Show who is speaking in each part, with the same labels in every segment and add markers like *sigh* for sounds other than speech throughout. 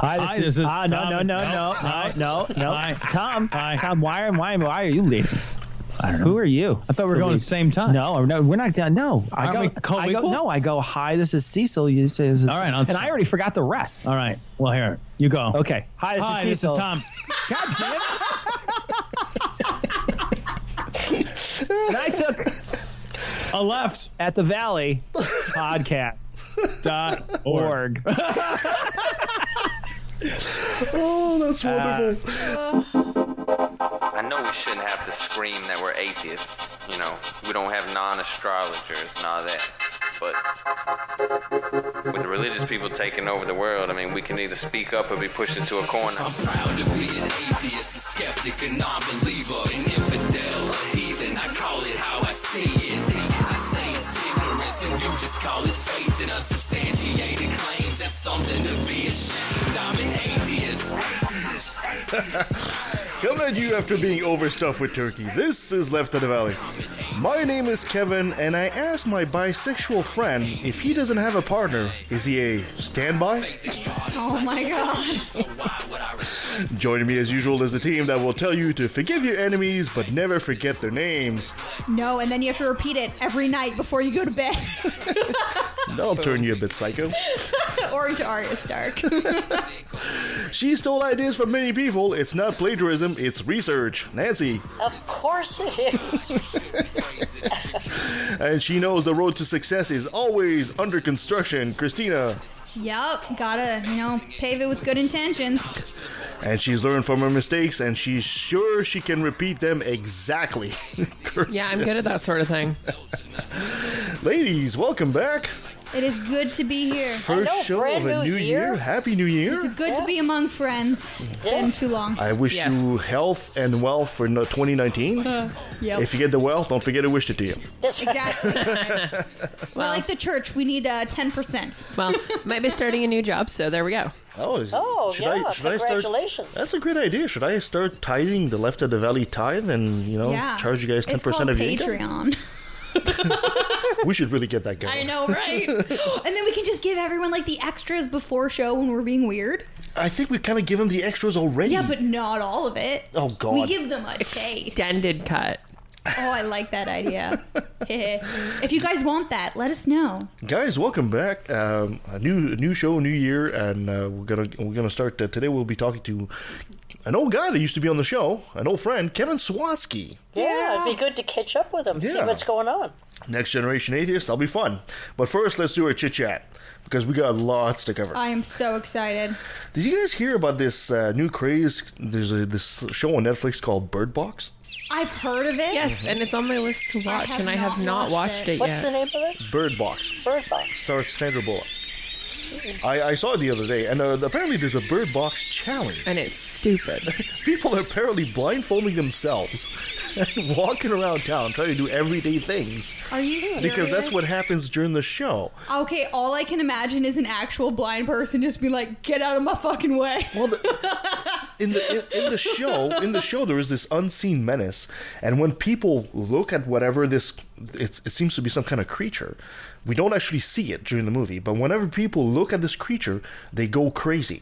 Speaker 1: Hi, this,
Speaker 2: Hi, this is
Speaker 1: ah, no,
Speaker 2: Tom.
Speaker 1: no, no, no,
Speaker 2: Nope. Hi.
Speaker 1: no, no, no.
Speaker 2: Hi.
Speaker 1: Tom,
Speaker 2: Hi.
Speaker 1: Tom, why am why am why are you leaving? I don't know. Who are you?
Speaker 2: I thought we were
Speaker 1: to
Speaker 2: going at the
Speaker 1: leave?
Speaker 2: same time.
Speaker 1: No, no, we're not down. No, I
Speaker 2: Aren't
Speaker 1: go,
Speaker 2: we co-
Speaker 1: I go.
Speaker 2: equal?
Speaker 1: No, I go. Hi, this is Cecil. You say this is
Speaker 2: All right, I'll-
Speaker 1: and I already forgot the rest.
Speaker 2: All right. Well, here you go.
Speaker 1: Okay. Hi, this
Speaker 2: Hi,
Speaker 1: is
Speaker 2: this
Speaker 1: Cecil.
Speaker 2: is Tom.
Speaker 1: God damn it! and I took
Speaker 2: A left
Speaker 1: at the Valley podcast.
Speaker 2: dot org.
Speaker 1: Org.
Speaker 3: Oh, that's wonderful.
Speaker 4: I know we shouldn't have to scream that we're atheists. You know, we don't have non-astrologers and all that. But with the religious people taking over the world, I mean, we can either speak up or be pushed into a corner.
Speaker 5: I'm proud of being an atheist, a skeptic, a non-believer, an infidel, a heathen. I call it how I see it. I say it's ignorance, and you just call it faith in unsubstantiated claims. That's something to be ashamed. I'm an atheist.
Speaker 3: Coming at you after being overstuffed with turkey. This is Left of the Valley. My name is Kevin, and I asked my bisexual friend if he doesn't have a partner, is he a standby?
Speaker 6: Oh my god.
Speaker 3: Joining me as usual is a team that will tell you to forgive your enemies but never forget their names.
Speaker 6: No, and then you have to repeat it every night before you go to bed. *laughs*
Speaker 3: That'll turn you a bit psycho.
Speaker 6: or into Arya
Speaker 3: *laughs*
Speaker 6: Stark.
Speaker 3: She stole ideas from many people. It's not plagiarism, it's research. Nancy.
Speaker 7: Of course it is.
Speaker 3: *laughs* And she knows the road to success is always under construction. Christina.
Speaker 6: yep, gotta, you know, pave it with good intentions.
Speaker 3: And she's learned from her mistakes, and she's sure she can repeat them exactly. *laughs*
Speaker 8: Yeah, I'm good at that sort of thing.
Speaker 3: Ladies, welcome back.
Speaker 6: It is good to be here.
Speaker 3: First
Speaker 7: Hello,
Speaker 3: show
Speaker 7: brand
Speaker 3: of a
Speaker 7: new
Speaker 3: new year.
Speaker 7: year.
Speaker 3: Happy New Year.
Speaker 6: Good to be among friends. It's been too long.
Speaker 3: I wish
Speaker 8: Yes.
Speaker 3: you health and wealth for no- 2019.
Speaker 6: Yep.
Speaker 3: If you get the wealth, don't forget to wish it to you.
Speaker 7: That's right.
Speaker 6: exactly.
Speaker 3: *laughs*
Speaker 6: guys. We're like the church. We need uh, 10%.
Speaker 8: Well, might be starting a new job, so there we go.
Speaker 3: Oh, is-
Speaker 7: Oh, yeah,
Speaker 3: I
Speaker 7: congratulations.
Speaker 3: start, that's a great idea. Should I start tithing the left of the valley tithe and you know
Speaker 6: yeah.
Speaker 3: charge you guys ten
Speaker 6: It's called
Speaker 3: percent of your income?
Speaker 6: Patreon. *laughs*
Speaker 3: We should really get that going.
Speaker 8: know, right?
Speaker 6: and then we can just give everyone like the extras before show when we're being weird.
Speaker 3: I think we kind of give them the extras already.
Speaker 6: Yeah, but not all of it.
Speaker 3: Mm. Oh, God.
Speaker 6: We give them a taste.
Speaker 8: Extended cut.
Speaker 6: Oh, I like that idea. *laughs* if you guys want that, let us know.
Speaker 3: guys, welcome back. Um, a new a new show, new year, and uh, we're gonna we're gonna start uh, today. We'll be talking to an old guy that used to be on the show, an old friend, Kevin Swatsky.
Speaker 7: Yeah, it'd be good to catch up with them, see
Speaker 3: Yeah.
Speaker 7: what's going on.
Speaker 3: Next generation atheist. That'll be fun. But first, let's do a chit chat because we got lots to cover.
Speaker 6: I am so excited.
Speaker 3: Did you guys hear about this uh, new craze? There's a, this show on Netflix called Bird Box.
Speaker 6: I've heard of it.
Speaker 8: Yes, and it's on my list to watch,
Speaker 6: have
Speaker 8: and I have
Speaker 6: not
Speaker 8: not
Speaker 6: watched
Speaker 8: watched
Speaker 6: it.
Speaker 8: it,
Speaker 7: What's the
Speaker 8: yet.
Speaker 7: name of it?
Speaker 3: Bird Box.
Speaker 7: Bird Box.
Speaker 3: Starts Sandra Bullock. I, I saw it the other day, and uh, apparently there's a Bird Box challenge.
Speaker 8: And it's stupid.
Speaker 3: People are apparently blindfolding themselves and *laughs* walking around town trying to do everyday things
Speaker 6: Are you serious?
Speaker 3: because that's what happens during the show.
Speaker 6: Okay, all I can imagine is an actual blind person just be like, "Get out of my fucking way."
Speaker 3: Well, the, in the in, in the show, in the show, there is this unseen menace, and when people look at whatever this, it, it seems to be some kind of creature. We don't actually see it during the movie, but whenever people look at this creature, they go crazy.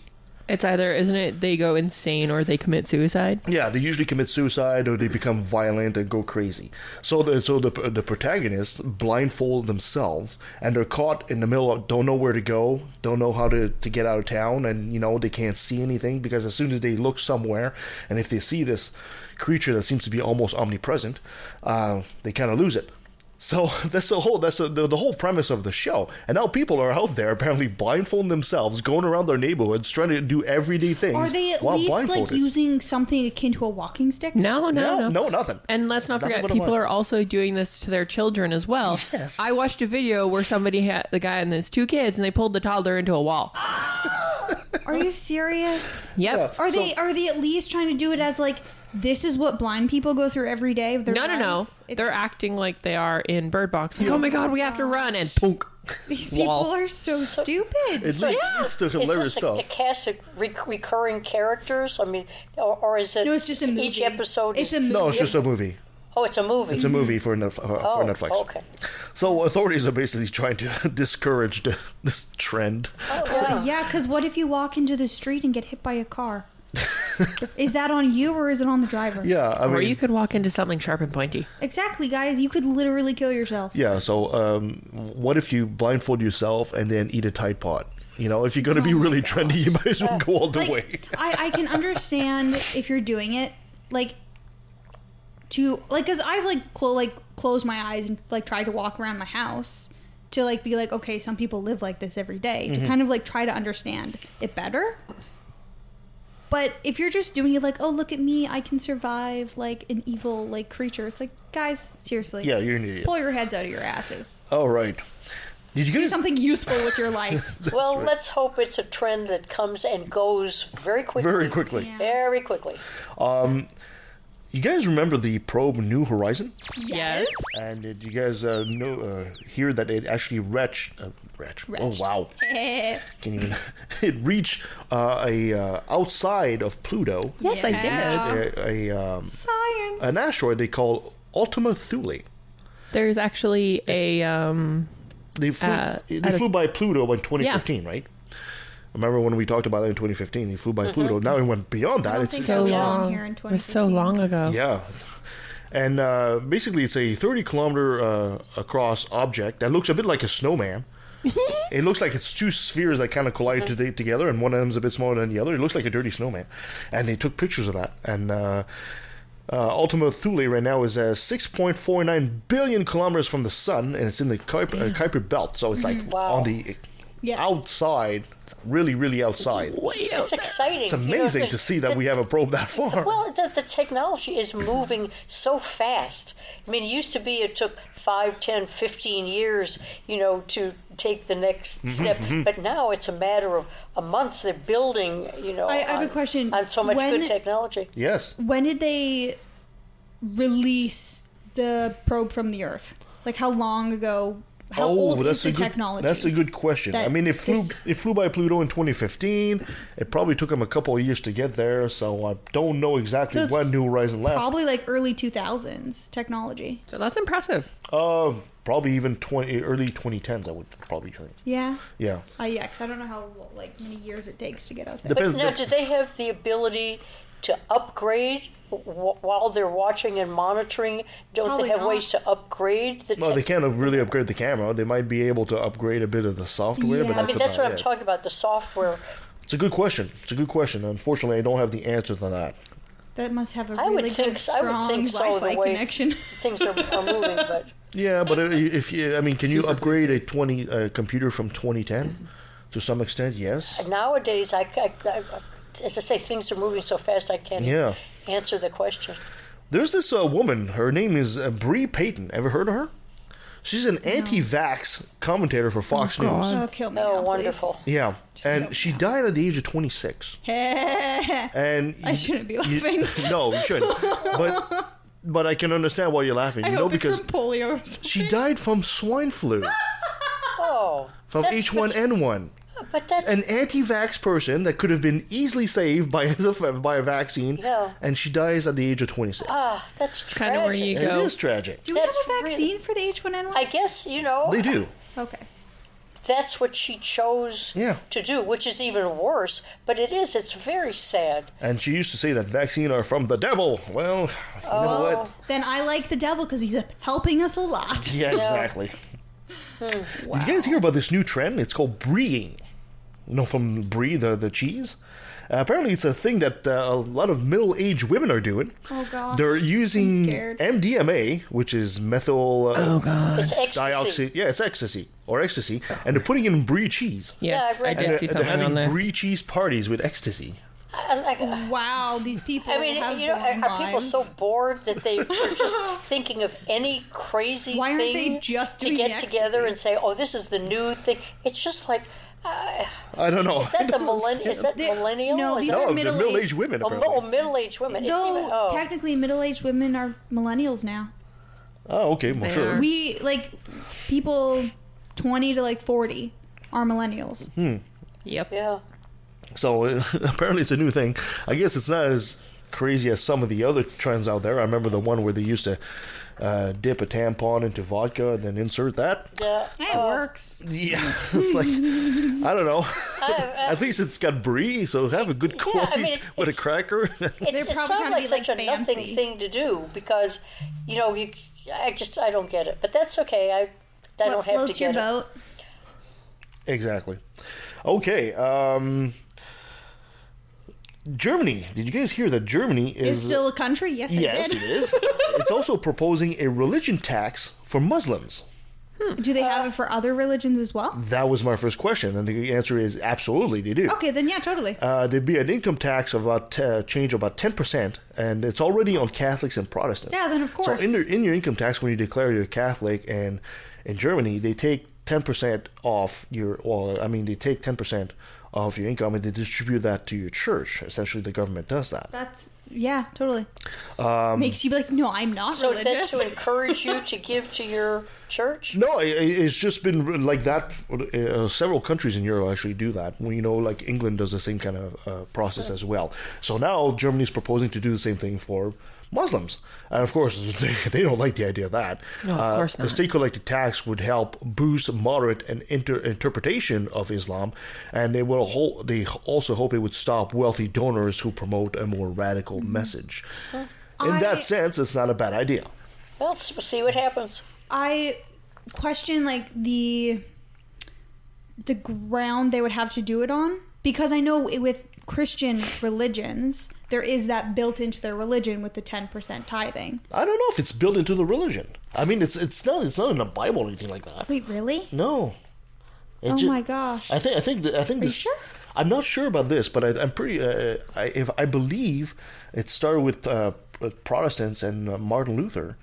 Speaker 8: It's either, isn't it, they go insane or they commit suicide?
Speaker 3: Yeah, they usually commit suicide or they become violent and go crazy. So the so the the protagonists blindfold themselves and they're caught in the middle of don't know where to go, don't know how to to get out of town, and you know they can't see anything because as soon as they look somewhere and if they see this creature that seems to be almost omnipresent, uh, they kind of lose it. So *laughs* that's the whole that's the, the, the whole premise of the show. And now people are out there apparently blindfolding themselves, going around their neighborhoods trying to do everyday things
Speaker 6: Are they at
Speaker 3: while
Speaker 6: least like
Speaker 3: blindfolded.
Speaker 6: using something akin to a walking stick?
Speaker 8: No, no,
Speaker 3: no,
Speaker 8: no.
Speaker 3: no, nothing.
Speaker 8: And let's not
Speaker 3: Nothing
Speaker 8: forget,
Speaker 3: but a
Speaker 8: people
Speaker 3: lie.
Speaker 8: are also doing this to their children as well.
Speaker 3: Yes.
Speaker 8: I watched a video where somebody had the guy and his two kids, and they pulled the toddler into a wall.
Speaker 6: Are you serious?
Speaker 8: Yep.
Speaker 6: Are
Speaker 3: So-
Speaker 6: they are they at least trying to do it as like this is what blind people go through every day? of their
Speaker 8: No, no, no.
Speaker 6: life? It's-
Speaker 8: They're acting like they are in Bird Box. Like, oh my god, we have to run and punk.
Speaker 6: these people
Speaker 8: wall.
Speaker 6: are so stupid.
Speaker 3: It leads, leads to hilarious
Speaker 7: is this
Speaker 3: stuff.
Speaker 7: A, a cast of re- recurring characters? I mean, or, or is it?
Speaker 6: no, it's just a movie.
Speaker 7: Each episode
Speaker 6: It's
Speaker 7: is
Speaker 6: a movie.
Speaker 3: no, it's just a movie.
Speaker 7: Oh, it's a movie.
Speaker 3: It's a movie for, Netf- uh,
Speaker 7: oh,
Speaker 3: for Netflix.
Speaker 7: okay.
Speaker 3: So authorities are basically trying to *laughs* discourage the, this trend.
Speaker 6: *laughs*
Speaker 7: Oh, yeah.
Speaker 6: Yeah, because what if you walk into the street and get hit by a car? is that on you or is it on the driver?
Speaker 3: Yeah, I mean,
Speaker 8: Or you could walk into something sharp and pointy.
Speaker 6: Exactly, guys. You could literally kill yourself.
Speaker 3: yeah. So um, what if you blindfold yourself and then eat a Tide Pod? You know, if you're going to be really trendy, you might as well go all the
Speaker 6: Like,
Speaker 3: way.
Speaker 6: *laughs* I, I can understand if you're doing it, like, to, like, because I've, like, clo- like, closed my eyes and, like, tried to walk around my house to, like, be like, okay, some people live like this every day,
Speaker 3: Mm-hmm.
Speaker 6: to kind of, like, try to understand it better. But if you're just doing it, like, oh, look at me, I can survive, like, an evil, like, creature, it's like, guys, seriously.
Speaker 3: Yeah, you're an idiot.
Speaker 6: Pull your heads out of your asses.
Speaker 3: All right. Did you
Speaker 6: Do
Speaker 3: guys?
Speaker 6: something useful with your
Speaker 3: *laughs*
Speaker 6: life.
Speaker 7: Well, let's hope it's a trend that comes and goes very quickly.
Speaker 3: Very quickly.
Speaker 6: Yeah.
Speaker 7: Very quickly.
Speaker 3: You guys remember the probe New Horizon?
Speaker 8: Yes.
Speaker 3: And did you guys uh, know, uh, hear that it actually reached, uh, reached, oh
Speaker 6: Reached.
Speaker 3: wow,
Speaker 6: yes,
Speaker 3: can even, *laughs* it reached uh, a uh, outside of Pluto,
Speaker 8: Yes, I did.
Speaker 3: a, a
Speaker 6: *laughs*
Speaker 3: um,
Speaker 6: Science.
Speaker 3: an asteroid they call Ultima Thule.
Speaker 8: There's actually a um
Speaker 3: They flew,
Speaker 8: Uh,
Speaker 3: they
Speaker 8: at a-
Speaker 3: flew by Pluto in 2015, right? Remember when we talked about it in 2015? They flew by
Speaker 8: Mm-hmm.
Speaker 3: Pluto. Now it went beyond that.
Speaker 6: don't
Speaker 3: It's
Speaker 6: think
Speaker 8: so
Speaker 6: It was on
Speaker 8: long.
Speaker 6: here in
Speaker 8: it was so
Speaker 6: 2015.
Speaker 8: long ago.
Speaker 3: Yeah. And uh, basically, it's a 30 kilometer uh, across object that looks a bit like a snowman. it looks like it's two spheres that kind of collide to together, and one of them's a bit smaller than the other. It looks like a dirty snowman. And they took pictures of that. And uh, uh, Ultima Thule right now is uh, 6.49 billion kilometers from the sun, and it's in the Kuiper, uh, Kuiper Belt. So it's like
Speaker 7: Wow.
Speaker 3: on the
Speaker 6: Yeah.
Speaker 3: outside, really, really outside.
Speaker 8: Way out
Speaker 7: It's exciting.
Speaker 3: It's amazing to see that we have a probe that far.
Speaker 7: Well, the, the technology is moving so fast. I mean, it used to be it took 5, 10, 15 years, you know, to take the
Speaker 3: Mm-hmm,
Speaker 7: next step. But now it's a matter of a months. They're building, you know,
Speaker 6: I- I have a
Speaker 7: on-
Speaker 6: question.
Speaker 7: on so much
Speaker 6: When-
Speaker 7: good technology.
Speaker 3: yes.
Speaker 6: When did they release the probe from the Earth? Like how long ago? How old is the
Speaker 3: a good,
Speaker 6: technology?
Speaker 3: Oh, That's a good question. I
Speaker 6: That
Speaker 3: mean, it flew
Speaker 6: this-
Speaker 3: it flew by Pluto in 2015. It probably took them a couple of years to get there, so I don't know
Speaker 6: So
Speaker 3: exactly
Speaker 6: it's
Speaker 3: when New Horizon left.
Speaker 6: Probably like early 2000s technology.
Speaker 8: So that's impressive.
Speaker 3: uh, probably even 20 early 2010s. I would probably think.
Speaker 6: Yeah.
Speaker 3: Yeah,
Speaker 6: Uh, yeah, 'cause I don't know how like many years it takes to get out there.
Speaker 3: Dep-
Speaker 7: But now, do they have the ability to upgrade w- while they're watching and monitoring? Don't
Speaker 6: Probably
Speaker 7: they have
Speaker 6: not.
Speaker 7: ways to upgrade the?
Speaker 3: Well,
Speaker 7: tech-
Speaker 3: they can't really upgrade the camera. They might be able to upgrade a bit of the software,
Speaker 6: Yeah.
Speaker 3: but
Speaker 6: I
Speaker 3: that's
Speaker 7: I mean, that's
Speaker 3: about
Speaker 7: what I'm
Speaker 3: it.
Speaker 7: talking about. The software.
Speaker 3: It's a good question. It's a good question. Unfortunately, I don't have the answer to that.
Speaker 6: That must have a
Speaker 7: I
Speaker 6: really
Speaker 7: would
Speaker 6: good,
Speaker 7: think so- I would
Speaker 6: strong
Speaker 7: think so, the
Speaker 6: Wi-Fi
Speaker 7: way-
Speaker 6: connection. *laughs*
Speaker 7: Things are, are moving, but
Speaker 3: Yeah, but if- if you, I mean, can you upgrade a 20 uh, computer from 2010 to some extent? Yes.
Speaker 7: nowadays, I, I, I, as I say, things are moving so fast. I can't
Speaker 3: Yeah.
Speaker 7: answer the question.
Speaker 3: There's this uh, woman. Her name is uh, Bree Payton. Ever heard of her? She's an anti-vax commentator for Fox News.
Speaker 6: oh, kill me!
Speaker 7: Oh,
Speaker 6: now, please. *laughs*
Speaker 7: wonderful!
Speaker 3: Yeah,
Speaker 6: no.
Speaker 3: and she died at the age of 26. And
Speaker 6: I shouldn't be
Speaker 3: you-
Speaker 6: laughing.
Speaker 3: *laughs* no, you shouldn't. But
Speaker 6: *laughs*
Speaker 3: but I can understand why you're laughing.
Speaker 6: I
Speaker 3: you
Speaker 6: hope
Speaker 3: know
Speaker 6: it's
Speaker 3: because
Speaker 6: from polio. Or something.
Speaker 3: she died from
Speaker 6: *laughs*
Speaker 3: swine flu,
Speaker 7: Oh,
Speaker 3: from
Speaker 7: that's-
Speaker 3: H1N1.
Speaker 7: But that's
Speaker 3: An anti-vax person that could have been easily saved by *laughs* a, by a vaccine,
Speaker 7: Yeah.
Speaker 3: and she dies at the age of 26.
Speaker 7: ah, that's
Speaker 8: Kind of where you
Speaker 3: And it
Speaker 8: go.
Speaker 3: is tragic.
Speaker 6: Do we have
Speaker 7: That's
Speaker 6: a
Speaker 7: really-
Speaker 6: vaccine for the H1N1?
Speaker 7: I guess you know.
Speaker 3: They do.
Speaker 6: okay.
Speaker 7: that's what she chose
Speaker 3: Yeah.
Speaker 7: to do, which is even worse. But it is, it's very sad.
Speaker 3: And she used to say that vaccine are from the devil. Well, you know what?
Speaker 6: Then I like the devil because he's helping us a
Speaker 3: *laughs*
Speaker 6: lot.
Speaker 3: Yeah, exactly. Did you guys hear about this new trend? It's called brieing. You know, from brie, the, the cheese? Uh, apparently, it's a thing that uh, a lot of middle aged women are doing.
Speaker 6: Oh, gosh.
Speaker 3: They're
Speaker 6: I'm
Speaker 3: using
Speaker 6: scared.
Speaker 3: MDMA, which is methyl
Speaker 8: Oh,
Speaker 3: uh,
Speaker 7: It's ecstasy.
Speaker 3: dioxide. Yeah, it's ecstasy or ecstasy. And they're putting it in brie cheese.
Speaker 8: Yes,
Speaker 7: Yeah, I
Speaker 8: I
Speaker 7: read
Speaker 8: did
Speaker 3: And
Speaker 8: see
Speaker 3: they're, they're
Speaker 8: something on
Speaker 3: having
Speaker 8: this.
Speaker 3: brie cheese parties with ecstasy.
Speaker 7: I, like-
Speaker 6: Wow, these people.
Speaker 7: I mean,
Speaker 6: have
Speaker 7: you know, are,
Speaker 6: long
Speaker 7: are people
Speaker 6: lives.
Speaker 7: so bored that
Speaker 6: *laughs*
Speaker 7: they are just thinking of any crazy
Speaker 6: Why aren't
Speaker 7: thing
Speaker 6: they just
Speaker 7: to
Speaker 6: doing
Speaker 7: get
Speaker 6: ecstasy?
Speaker 7: together and say, "Oh, this is the new thing"? It's just like, uh,
Speaker 3: I don't know.
Speaker 7: is that
Speaker 3: *laughs*
Speaker 7: the millennial? Is that
Speaker 6: They-
Speaker 7: millennial?
Speaker 6: no,
Speaker 7: is
Speaker 6: these
Speaker 7: that,
Speaker 6: are
Speaker 3: no,
Speaker 6: middle-aged-
Speaker 3: middle aged women,
Speaker 7: oh,
Speaker 3: apparently.
Speaker 7: middle-aged women. It's
Speaker 6: Though
Speaker 7: even, oh,
Speaker 6: technically, middle-aged women are millennials now.
Speaker 3: Oh, okay, well,
Speaker 8: They
Speaker 3: sure.
Speaker 8: are.
Speaker 6: We like people twenty to like forty are millennials.
Speaker 7: Hmm.
Speaker 8: Yep.
Speaker 7: yeah.
Speaker 3: *laughs* So apparently it's a new thing. I guess it's not as crazy as some of the other trends out there. I remember the one where they used to uh, dip a tampon into vodka and then insert that.
Speaker 7: Yeah.
Speaker 6: It works.
Speaker 3: Yeah, *laughs* it's like I don't know. *laughs* At least it's got brie, so have a good
Speaker 7: Uh, Yeah,
Speaker 3: corn
Speaker 7: I mean, it-
Speaker 3: *laughs* with a
Speaker 7: it's-
Speaker 3: cracker.
Speaker 7: It,
Speaker 6: They're
Speaker 7: it
Speaker 6: probably
Speaker 7: sounds
Speaker 6: trying to
Speaker 7: like
Speaker 6: be,
Speaker 7: such
Speaker 6: like,
Speaker 7: a nothing
Speaker 6: fancy.
Speaker 7: thing to do because, you know, you. I just I don't get it, but that's okay. I I
Speaker 6: What
Speaker 7: don't have to
Speaker 6: floats your
Speaker 7: get it.
Speaker 6: boat?
Speaker 3: exactly. Okay. Um, Germany. Did you guys hear that Germany
Speaker 6: Is
Speaker 3: is?
Speaker 6: still a country? Yes,
Speaker 3: yes,
Speaker 6: I
Speaker 7: *laughs*
Speaker 3: it is. it's also proposing a religion tax for Muslims.
Speaker 6: did. Do they have it for other religions as well?
Speaker 3: That was my first question, and the answer is absolutely they do.
Speaker 6: Okay, then yeah, totally.
Speaker 3: Uh, there'd be an income tax of about uh, change of about ten percent, and it's already on Catholics and Protestants.
Speaker 6: Yeah, then of
Speaker 3: So
Speaker 6: course.
Speaker 3: in your in your income tax, when you declare you're Catholic, and in Germany they take ten percent off your. Well, I mean they take ten percent off your income, and they distribute that to your church. Essentially, the government does that.
Speaker 6: That's yeah, totally.
Speaker 3: um,
Speaker 6: Makes you be like, no, I'm not
Speaker 7: So that's
Speaker 6: religious.
Speaker 7: to encourage you to give to your church.
Speaker 3: No, i- i- it's just been like that. Uh, several countries in Europe actually do that. We know, like England does the same kind of uh, process as well. So now Germany's proposing to do the same thing for Muslims, and of course *laughs* they, they don't like the idea of that. Uh,
Speaker 8: No, of course
Speaker 3: The
Speaker 8: not.
Speaker 3: state collected tax would help boost moderate and inter- interpretation of Islam, and they will ho- they also hope it would stop wealthy donors who promote a more radical
Speaker 8: Mm-hmm.
Speaker 3: message. In
Speaker 6: I-
Speaker 3: that sense, it's not a bad idea.
Speaker 7: Well, s- we'll see what happens.
Speaker 6: I question like the the ground they would have to do it on because I know i- with Christian religions there is that built into their religion with the 10% tithing.
Speaker 3: I don't know if it's built into the religion. I mean, it's it's not it's not in the Bible or anything like that.
Speaker 6: Wait, really?
Speaker 3: No. It
Speaker 6: Oh
Speaker 3: ju-
Speaker 6: my gosh.
Speaker 3: I think I think th- I think
Speaker 6: you
Speaker 3: this.
Speaker 6: sure?
Speaker 3: I'm not sure about this, but I, I'm pretty. Uh, I if I believe it started with uh, with Protestants and uh, Martin Luther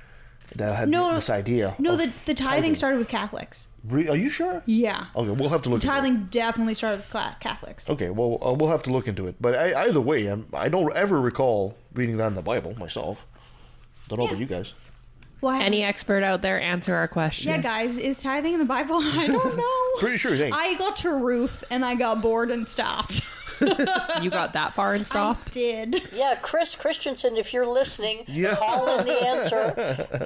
Speaker 3: that had
Speaker 6: No,
Speaker 3: this idea.
Speaker 6: No,
Speaker 3: of
Speaker 6: the the tithing started with Catholics.
Speaker 3: Re- Are you sure?
Speaker 6: Yeah.
Speaker 3: Okay, we'll have to look. Into it.
Speaker 6: Tithing definitely started with cla- Catholics.
Speaker 3: Okay, well uh, we'll have to look into it. But I, either way, I'm, I don't ever recall reading that in the Bible myself. Don't know about
Speaker 6: Yeah.
Speaker 3: you guys.
Speaker 6: Well, I
Speaker 8: Any expert out there, answer our question.
Speaker 6: yeah, guys, is tithing in the Bible? *laughs* I
Speaker 3: *laughs*
Speaker 6: don't know.
Speaker 3: Pretty sure it ain't.
Speaker 6: I got to Ruth and I got bored and stopped.
Speaker 8: You got that far
Speaker 6: *laughs*
Speaker 8: and stopped.
Speaker 6: Did.
Speaker 7: Yeah, Chris Christensen, if you're listening,
Speaker 3: Yeah.
Speaker 7: call in the answer.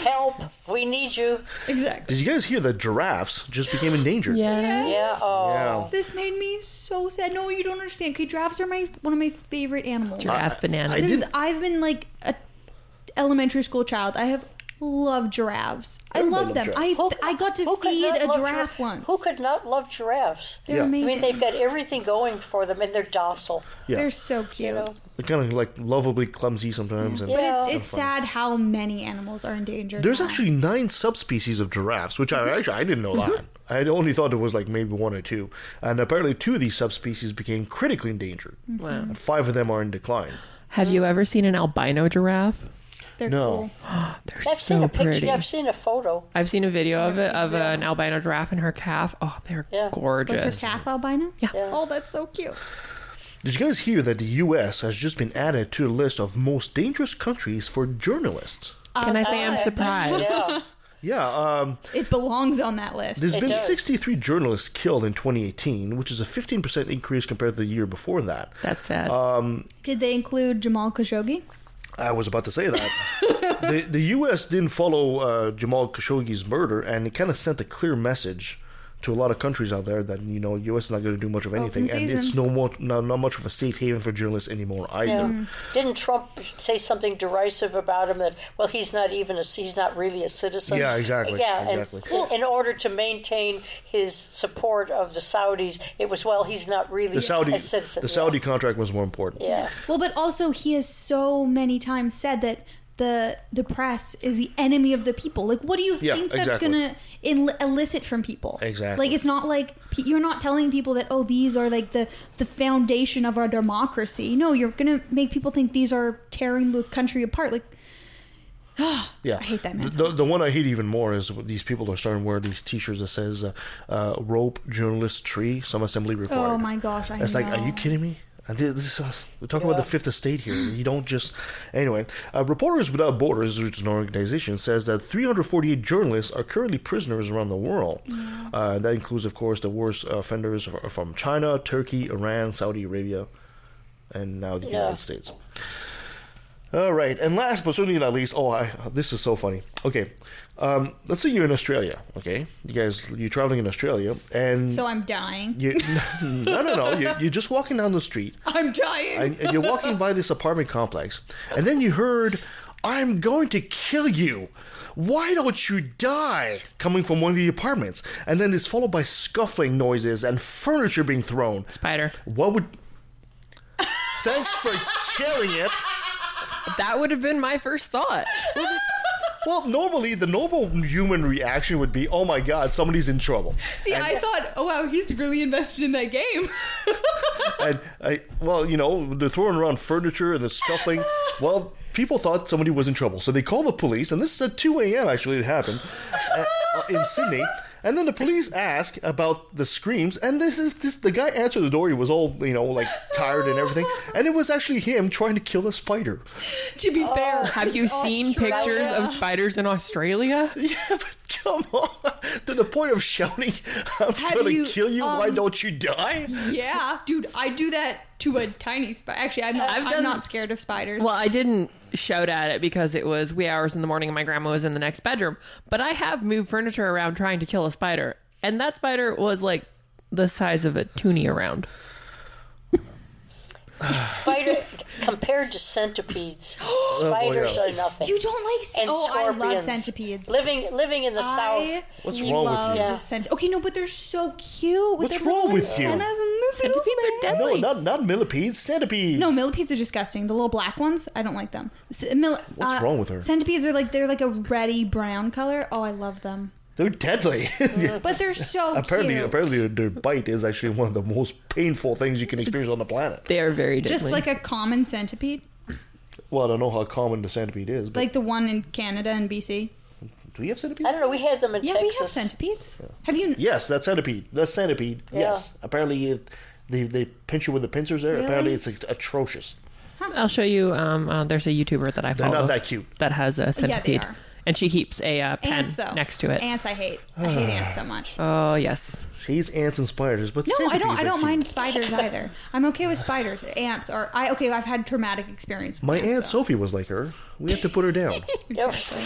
Speaker 7: Help, we need you.
Speaker 6: Exactly.
Speaker 3: Did you guys hear that giraffes just became endangered?
Speaker 8: Yeah.
Speaker 7: Yeah. Oh.
Speaker 3: Yeah.
Speaker 6: This made me so sad. No, you don't understand. Okay, giraffes are my one of my favorite animals.
Speaker 8: Giraffe bananas.
Speaker 6: Since I've been like a elementary school child, I have loved giraffes. I
Speaker 3: Everybody
Speaker 6: love them.
Speaker 3: loved
Speaker 6: I
Speaker 7: Who-
Speaker 6: I got to
Speaker 7: who could
Speaker 6: feed
Speaker 7: not
Speaker 6: a
Speaker 7: love
Speaker 6: giraffe
Speaker 7: giraff-
Speaker 6: once.
Speaker 7: Who could not love giraffes?
Speaker 6: They're
Speaker 3: Yeah. I
Speaker 7: I
Speaker 6: amazing.
Speaker 7: mean, they've got everything going for them, and they're docile.
Speaker 3: Yeah.
Speaker 6: They're so cute.
Speaker 7: You know,
Speaker 3: They're kind of like lovably clumsy sometimes. And
Speaker 7: But it's-
Speaker 6: It's sad how many animals are endangered.
Speaker 3: There's
Speaker 6: now.
Speaker 3: actually nine subspecies of giraffes, which I actually I didn't know that. I only thought there was like maybe one or two, and apparently two of these subspecies became critically endangered.
Speaker 8: Wow.
Speaker 3: And five of them are in decline.
Speaker 8: Have you ever seen an albino giraffe?
Speaker 6: They're
Speaker 3: no.
Speaker 6: cool.
Speaker 8: They're
Speaker 7: I've seen
Speaker 8: so
Speaker 7: a picture.
Speaker 8: pretty.
Speaker 7: I've seen a
Speaker 6: *laughs*
Speaker 7: photo.
Speaker 8: I've seen a video of it of an albino giraffe and her calf. Oh, they're
Speaker 7: Yeah.
Speaker 6: What's
Speaker 8: gorgeous.
Speaker 6: her calf albino? Yeah. Oh, that's so cute.
Speaker 3: Did you guys hear that the U.S. has just been added to the list of most dangerous countries for journalists?
Speaker 8: Can I say I'm
Speaker 7: Uh,
Speaker 8: surprised?
Speaker 7: Yeah.
Speaker 3: Yeah, um,
Speaker 6: It belongs on that list.
Speaker 3: There's been
Speaker 7: does.
Speaker 3: 63 journalists killed in 2018, which is a 15% increase compared to the year before that.
Speaker 8: That's sad.
Speaker 3: Uh,
Speaker 6: Did they include Jamal Khashoggi?
Speaker 3: I was about to say
Speaker 7: *laughs*
Speaker 3: that. the, the U.S. didn't follow uh, Jamal Khashoggi's murder, and it kind of sent a clear message to a lot of countries out there that you know U.S. is not going to do much of anything, and
Speaker 6: season.
Speaker 3: it's no more not, not much of a safe haven for journalists anymore either.
Speaker 7: Didn't Trump say something derisive about him that well he's not even a he's not really a citizen?
Speaker 3: Yeah, exactly,
Speaker 7: Yeah, and
Speaker 3: exactly.
Speaker 7: in order to maintain his support of the Saudis, it was well he's not really
Speaker 3: The Saudi
Speaker 7: a citizen.
Speaker 3: the
Speaker 7: Yeah. *laughs*
Speaker 3: Saudi contract was more important.
Speaker 7: Yeah.
Speaker 6: Well, but also he has so many times said that the the press is the enemy of the people. Like, what do you
Speaker 3: Yeah,
Speaker 6: think that's
Speaker 3: exactly.
Speaker 6: gonna in- elicit from people?
Speaker 3: Exactly.
Speaker 6: Like, it's not like pe- you're not telling people that oh, these are like the the foundation of our democracy. No, you're gonna make people think these are tearing the country apart. Like,
Speaker 3: Yeah,
Speaker 6: I hate that man.
Speaker 3: The, the one I hate even more is what these people are starting to wear these T-shirts that says uh, uh, "Rope Journalist Tree Some Assembly Required."
Speaker 6: Oh my gosh, I
Speaker 3: It's like, are
Speaker 6: know.
Speaker 3: you kidding me? I did- This is us. We're talking about the Fifth Estate here. You don't just. Anyway, uh, Reporters Without Borders, which is an organization, says that 348 journalists are currently prisoners around the world. Uh, that includes, of course, the worst offenders f- from China, Turkey, Iran, Saudi Arabia, and now the United States. All right, and last but certainly not least, oh, I, this is so funny. Okay, um, let's say you're in Australia. Okay, you guys, you're traveling in Australia, and
Speaker 6: So I'm dying.
Speaker 3: you, *laughs* no, no, no, you, you're just walking down the street,
Speaker 6: *laughs* I'm dying.
Speaker 3: and, and you're walking by this apartment complex, and then you heard, "I'm going to kill you." Why don't you die? Coming from one of the apartments, and then it's followed by scuffling noises and furniture being thrown.
Speaker 8: Spider.
Speaker 3: What would? Thanks for killing it.
Speaker 8: That would have been my first thought.
Speaker 3: Well, normally the normal human reaction would be, "Oh my God, somebody's in trouble."
Speaker 6: See, I thought, oh wow, he's really invested in that game. *laughs*
Speaker 3: And I, well, you know, they're throwing around furniture and the scuffling. Well, people thought somebody was in trouble, so they called the police. And this is at 2 a.m. Actually, it happened uh, uh, in Sydney. And then the police ask about the screams, and this is this, the guy answered the door. He was all you know, like tired and everything, and it was actually him trying to kill a spider.
Speaker 6: to be fair,
Speaker 8: Oh, Have you seen pictures of spiders in Australia?
Speaker 3: Yeah, but *laughs* come on, to the point of shouting, "I'm
Speaker 6: Have
Speaker 3: going to
Speaker 6: you,
Speaker 3: kill you! why
Speaker 6: um,
Speaker 3: don't you die?"
Speaker 6: *laughs* yeah, dude, I do that to a tiny spider. Actually, I'm not.
Speaker 8: I've
Speaker 6: I'm
Speaker 8: done-
Speaker 6: not scared of spiders.
Speaker 8: Well, I didn't shout at it because it was wee hours in the morning and my grandma was in the next bedroom. But I have moved furniture around trying to kill a spider, and that spider was like the size of a toonie around.
Speaker 7: Spider compared to centipedes,
Speaker 3: *gasps*
Speaker 7: spiders
Speaker 3: Oh, yeah.
Speaker 7: are nothing.
Speaker 6: you don't like. ce-
Speaker 7: and
Speaker 6: oh,
Speaker 7: scorpions.
Speaker 6: I love centipedes.
Speaker 7: Living living in the
Speaker 6: I
Speaker 7: south.
Speaker 3: What's wrong with
Speaker 6: love
Speaker 3: you?
Speaker 7: Yeah.
Speaker 6: cent- okay, no, but they're so cute. With
Speaker 3: What's
Speaker 6: their little
Speaker 3: wrong with you?
Speaker 6: antennas and their little
Speaker 8: Centipedes are
Speaker 6: legs.
Speaker 8: deadly.
Speaker 3: No, not not millipedes, centipedes.
Speaker 6: No, millipedes are disgusting. The little black ones, I don't like them. C- mil- uh,
Speaker 3: What's wrong with her?
Speaker 6: Centipedes are like they're like a reddy brown color. Oh, I love them.
Speaker 3: they're deadly. *laughs*
Speaker 6: Oh, But they're so
Speaker 3: apparently,
Speaker 6: cute.
Speaker 3: apparently, their bite is actually one of the most painful things you can experience on the planet.
Speaker 8: They are very deadly.
Speaker 6: just like a common centipede,
Speaker 3: Well, I don't know how common the centipede is, but
Speaker 6: like the one in Canada and BC.
Speaker 3: do we have centipedes?
Speaker 7: I don't know. We had them in
Speaker 6: Yeah, we have
Speaker 7: Texas.
Speaker 6: centipedes. Have you?
Speaker 3: Yes, that's centipede. That's centipede. Yes, apparently it, they they pinch you with the pincers there. Apparently, it's like, atrocious.
Speaker 8: I'll show you. Um, uh, there's a YouTuber that I
Speaker 3: They're
Speaker 8: follow
Speaker 3: not that cute.
Speaker 8: that has a centipede,
Speaker 6: are.
Speaker 8: and she keeps a uh, pen
Speaker 6: Ants though.
Speaker 8: next to it.
Speaker 6: Ants, I hate. I hate ants so
Speaker 8: *sighs*
Speaker 6: much.
Speaker 8: oh yes,
Speaker 3: She's ants and spiders, but
Speaker 6: No, I
Speaker 3: centipedes
Speaker 6: don't. I
Speaker 3: are
Speaker 6: don't
Speaker 3: cute.
Speaker 6: mind spiders either. I'm okay with spiders. Ants are. I okay. I've had traumatic experience. With
Speaker 3: My
Speaker 6: ants,
Speaker 3: aunt
Speaker 6: though.
Speaker 3: Sophie was like her. We have to put
Speaker 6: *laughs*
Speaker 3: her down.
Speaker 6: Exactly.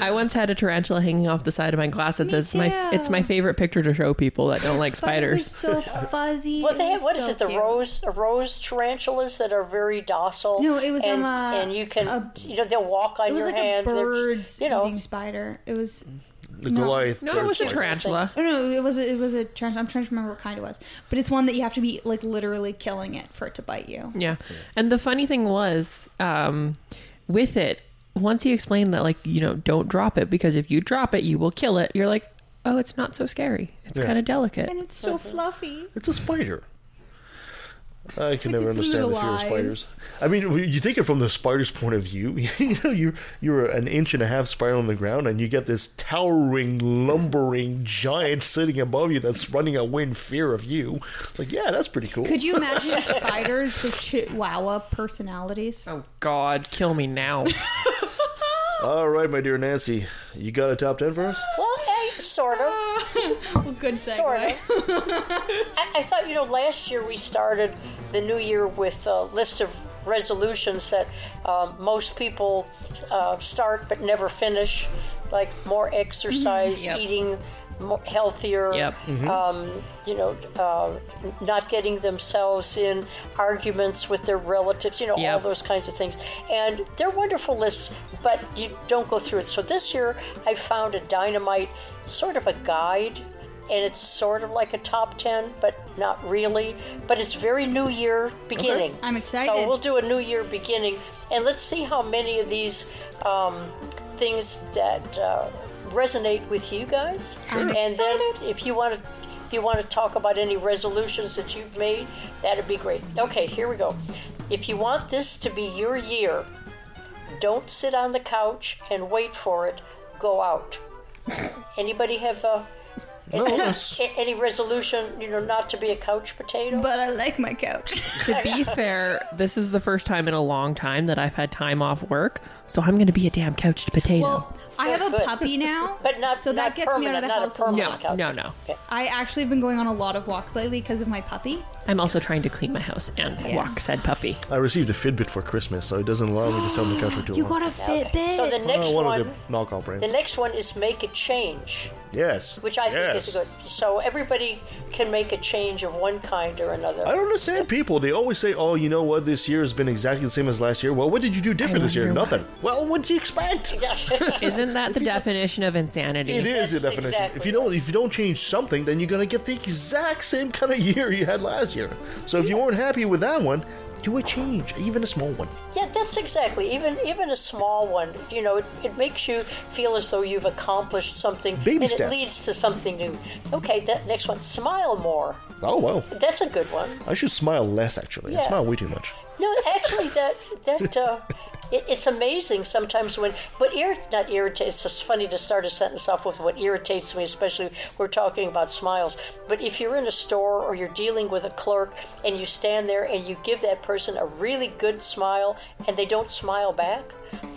Speaker 8: I once had a tarantula hanging off the side of my glass that says my.
Speaker 6: too.
Speaker 8: It's my favorite picture to show people that don't like
Speaker 6: *laughs* But it
Speaker 8: spiders.
Speaker 6: was so fuzzy.
Speaker 7: What they
Speaker 6: was
Speaker 7: have? What is
Speaker 6: so
Speaker 7: it? The
Speaker 6: cute.
Speaker 7: rose, the rose tarantulas that are very docile.
Speaker 6: No, it was,
Speaker 7: and,
Speaker 6: um, uh,
Speaker 7: and you can,
Speaker 6: a-
Speaker 7: you know, they'll walk on
Speaker 6: It was
Speaker 7: your
Speaker 6: like
Speaker 7: hand.
Speaker 6: a
Speaker 7: They're-
Speaker 6: bird
Speaker 7: You know,
Speaker 6: eating spider. It was.
Speaker 3: The Goliath.
Speaker 8: no,
Speaker 3: third
Speaker 8: it was a
Speaker 3: spider.
Speaker 8: tarantula.
Speaker 6: Oh no! It was. A, it was a. Trans- I'm trying to remember what kind it was, but it's one that you have to be like literally killing it for it to bite you.
Speaker 8: Yeah. And the funny thing was, um, with it, once he explained that, like, you know, don't drop it because if you drop it, you will kill it, you're like, oh, it's not so scary. It's kind of delicate.
Speaker 6: And it's so fluffy.
Speaker 3: It's a spider. I can never
Speaker 6: its
Speaker 3: understand the
Speaker 6: little
Speaker 3: fear of
Speaker 6: eyes.
Speaker 3: spiders. I mean, when you think it from the spider's point of view. *laughs* You know, you you're an inch and a half spider on the ground, and you get this towering, lumbering giant sitting above you that's running away in fear of you. It's like, yeah, that's pretty cool.
Speaker 6: Could you imagine
Speaker 7: *laughs*
Speaker 6: if spiders with chihuahua personalities?
Speaker 8: Oh, God, kill me now.
Speaker 3: All right, my dear Nancy, you got a top ten for us?
Speaker 7: well, I, sort of.
Speaker 6: Well, good segue.
Speaker 7: Sort of. *laughs* I, I thought, you know, last year we started the new year with a list of resolutions that um, most people uh, start but never finish, like more exercise,
Speaker 8: Yep.
Speaker 7: eating more healthier,
Speaker 8: Yep.
Speaker 7: um, you know, uh, not getting themselves in arguments with their relatives, you know, all
Speaker 8: Yep.
Speaker 7: those kinds of things. And they're wonderful lists, but you don't go through it. So this year I found a dynamite sort of a guide, and it's sort of like a top 10, but not really. But it's very new year beginning.
Speaker 6: I'm excited.
Speaker 7: So we'll do a new year beginning, and let's see how many of these um, things that uh, resonate with you guys.
Speaker 6: I'm
Speaker 7: and then if you want to. If you want to talk about any resolutions that you've made, that'd be great. Okay, here we go. If you want this to be your year, don't sit on the couch and wait for it. Go
Speaker 3: *laughs*
Speaker 7: out. Anybody have uh,
Speaker 3: No, that's-
Speaker 7: a- any resolution? You know, not to be a couch potato.
Speaker 6: But I like
Speaker 7: *laughs*
Speaker 6: my couch.
Speaker 8: to be
Speaker 3: *laughs*
Speaker 8: fair, this is the first time in a long time that I've had time off work, so I'm going to be a damn couched potato.
Speaker 6: Well, I I have a
Speaker 7: good.
Speaker 6: puppy now,
Speaker 7: *laughs* But not-
Speaker 6: so
Speaker 7: not
Speaker 6: that gets me out
Speaker 7: permanent,
Speaker 6: of the
Speaker 7: not a
Speaker 6: house a
Speaker 7: permanent
Speaker 6: lot.
Speaker 8: No,
Speaker 7: Blackout.
Speaker 8: no, no.
Speaker 6: I actually have been going on a lot of walks lately because of my puppy.
Speaker 8: I'm also trying to clean my house and walk said puppy.
Speaker 3: I received a Fitbit for Christmas, so it doesn't allow me to sit on the couch for too
Speaker 6: You
Speaker 3: long.
Speaker 6: got a Fitbit.
Speaker 7: So the
Speaker 3: I
Speaker 7: next
Speaker 3: one
Speaker 7: one,
Speaker 3: of the knockout brands.
Speaker 7: the next one is make a change,
Speaker 3: yes.
Speaker 7: which I think
Speaker 3: yes.
Speaker 7: is good. So everybody can make a change of one kind or another.
Speaker 3: I don't understand people. They always say, "Oh, you know what? This year has been exactly the same as last year." Well, what did you do different this year?
Speaker 8: wonder why.
Speaker 3: Nothing. Well, what do you expect?
Speaker 8: *laughs* Isn't that the definition of insanity?
Speaker 3: It is the
Speaker 7: That's
Speaker 3: definition.
Speaker 7: exactly
Speaker 3: if you don't, if you don't change something, then you're gonna get the exact same kind of *laughs* year you had last year. So if you weren't happy with that one, do a change, even a small one.
Speaker 7: *laughs* Yeah, that's exactly. Even even a small one, you know, it, it makes you feel as though you've accomplished something,
Speaker 3: Baby
Speaker 7: and it
Speaker 3: steps.
Speaker 7: leads to something new. Okay, that next one, smile more.
Speaker 3: Oh wow,
Speaker 7: That's a good one.
Speaker 3: I should smile less. Actually, I
Speaker 7: Yeah.
Speaker 3: smile way too much.
Speaker 7: No, actually, that that uh, it, it's amazing sometimes when, but irrit not irritate. It's just funny to start a sentence off with what irritates me, especially we're talking about smiles. But if you're in a store or you're dealing with a clerk and you stand there and you give that person a really good smile and they don't smile back,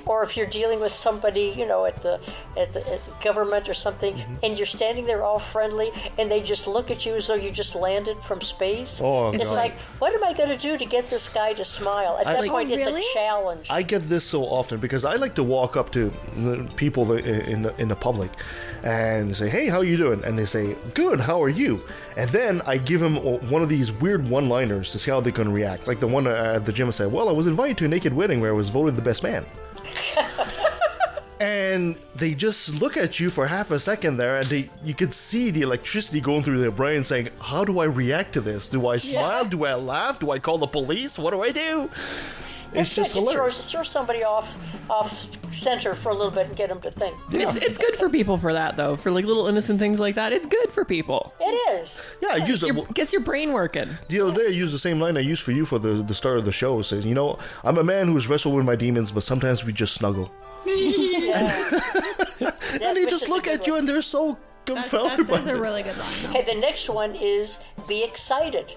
Speaker 7: or if you're dealing with somebody, you know, at the at the at government or something,
Speaker 3: Mm-hmm.
Speaker 7: and you're standing there all friendly and they just look at you as though you just landed from space.
Speaker 3: Oh,
Speaker 7: it's
Speaker 3: God.
Speaker 7: like what am I going to do to get this guy to smile? At that
Speaker 3: like-
Speaker 7: point,
Speaker 6: Oh,
Speaker 7: it's
Speaker 6: really?
Speaker 7: a challenge.
Speaker 3: I get this so often because I like to walk up to the people that- in the, in the public and say, "Hey, how you doing?" And they say, "Good. How are you?" And then I give them one of these weird one-liners to see how they can react. Like the one uh, at the gym I said, "Well, I was invited to a naked wedding where I was voted the best man." and they just look at you for half a second there and they you could see the electricity going through their brain saying how do i react to this do i smile do i laugh do i call the police what do i do it's
Speaker 7: That's
Speaker 3: just
Speaker 7: it. It
Speaker 3: hilarious
Speaker 7: throws, it throws somebody off off center for a little bit and get them to think.
Speaker 8: It's, it's good for people for that though, for like little innocent things like that. It's good for people.
Speaker 7: It is.
Speaker 3: Yeah, I used
Speaker 8: Your,
Speaker 3: it.
Speaker 8: gets your brain working.
Speaker 3: The other day, I used the same line I used for you for the, the start of the show. It says, you know, I'm a man who's wrestled with my demons, but sometimes we just
Speaker 6: *laughs*
Speaker 3: snuggle.
Speaker 7: That-
Speaker 3: They
Speaker 7: which
Speaker 3: just
Speaker 7: is a
Speaker 3: look
Speaker 7: good
Speaker 3: at you
Speaker 7: one.
Speaker 3: *laughs* and they're so
Speaker 6: That-
Speaker 3: confounded by
Speaker 6: that's a
Speaker 3: this.
Speaker 6: really good line.
Speaker 7: Okay, the next one is be excited.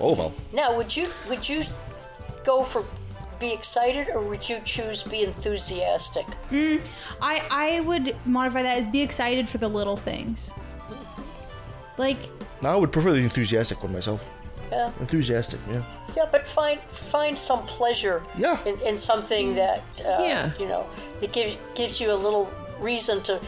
Speaker 3: Oh, well.
Speaker 7: Now, would you would you go for be excited or would you choose be enthusiastic?
Speaker 6: I I would modify that as be excited for the little things. Like
Speaker 3: Now I would prefer the enthusiastic one myself.
Speaker 7: Yeah.
Speaker 3: Enthusiastic, yeah.
Speaker 7: Yeah, but find find some pleasure
Speaker 3: Yeah.
Speaker 7: in, in something that uh,
Speaker 8: Yeah.
Speaker 7: you know it gives gives you a little reason to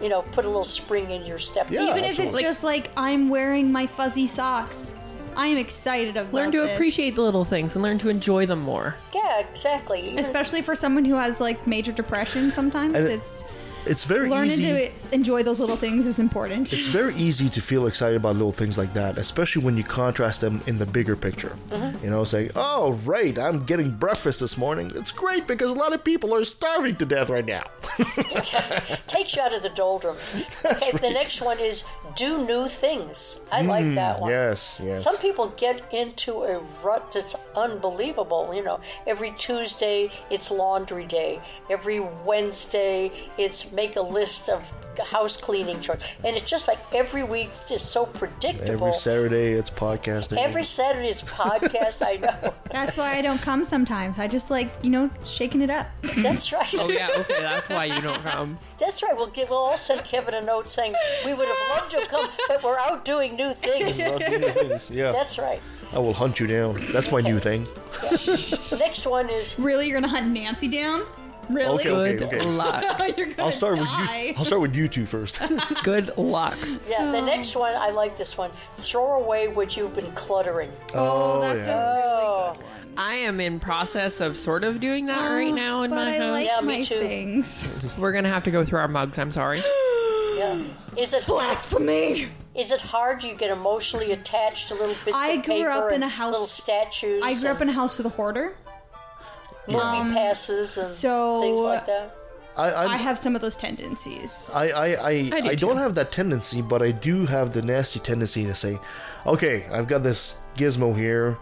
Speaker 7: you know put a little spring in your step.
Speaker 3: Yeah.
Speaker 6: even if it's
Speaker 3: absolutely.
Speaker 6: just like I'm wearing my fuzzy socks, I am excited about
Speaker 8: Learn to
Speaker 6: this.
Speaker 8: appreciate the little things and learn to enjoy them more.
Speaker 7: Yeah, exactly. Even-
Speaker 6: Especially for someone who has like major depression, sometimes
Speaker 3: And it-
Speaker 6: it's
Speaker 3: It's very
Speaker 6: learning
Speaker 3: easy.
Speaker 6: to enjoy those little things is important.
Speaker 3: It's very easy to feel excited about little things like that, especially when you contrast them in the bigger picture.
Speaker 6: Uh-huh.
Speaker 3: You know, saying, "Oh, right, I'm getting breakfast this morning. It's great because a lot of people are starving to death right now." *laughs*
Speaker 7: takes you out of the doldrums. okay, the next one is do new things. I like that one.
Speaker 3: Hmm, yes, yes.
Speaker 7: Some people get into a rut that's unbelievable. You know, every Tuesday it's laundry day. Every Wednesday it's make a list of house cleaning chores, and it's just like every week it's so predictable.
Speaker 3: Every Saturday, it's podcasting.
Speaker 7: Every Saturday it's podcast. I know.
Speaker 6: *laughs* That's why I don't come sometimes. I just like you know shaking it up.
Speaker 7: That's right.
Speaker 8: Oh yeah, okay, that's why you don't come.
Speaker 7: That's right. We'll give, we'll all send Kevin a note saying we would have loved to have come, but we're out doing new things.
Speaker 3: *laughs* yeah,
Speaker 7: That's right.
Speaker 3: I will hunt you down. That's my new thing.
Speaker 7: Next one is
Speaker 6: Really, you're gonna hunt Nancy down? Really?
Speaker 3: Okay,
Speaker 8: Good
Speaker 3: *laughs* okay.
Speaker 8: luck.
Speaker 6: *laughs* you're gonna
Speaker 3: I'll start with
Speaker 6: die.
Speaker 3: you. I'll start with you two first. Oh,
Speaker 8: Good luck.
Speaker 7: yeah. The next one I like this one. Throw away what you've been cluttering.
Speaker 6: Oh, that's a really good one.
Speaker 8: I am in process of sort of doing that right now in
Speaker 6: Oh, but
Speaker 8: my
Speaker 6: I
Speaker 8: house.
Speaker 6: like
Speaker 7: Yeah, me
Speaker 6: my
Speaker 7: too.
Speaker 6: things.
Speaker 8: We're gonna have to go through our mugs. I'm
Speaker 3: *gasps*
Speaker 8: sorry.
Speaker 7: Yeah. Is it
Speaker 6: Blasphemy!
Speaker 7: is it hard? Do you get emotionally attached to little bits
Speaker 6: I
Speaker 7: of
Speaker 6: grew
Speaker 7: paper
Speaker 6: up in
Speaker 7: and
Speaker 6: a house-
Speaker 7: little statues?
Speaker 6: I grew up in
Speaker 7: and
Speaker 6: a house with a hoarder,
Speaker 7: movie passes and
Speaker 6: so-
Speaker 7: things like that.
Speaker 3: I,
Speaker 8: Um,
Speaker 3: I'm-
Speaker 6: I have some of those tendencies.
Speaker 3: I, I, I, I,
Speaker 8: do
Speaker 3: don't
Speaker 8: too.
Speaker 3: have that tendency, but I do have the nasty tendency to say, okay, I've got this gizmo here.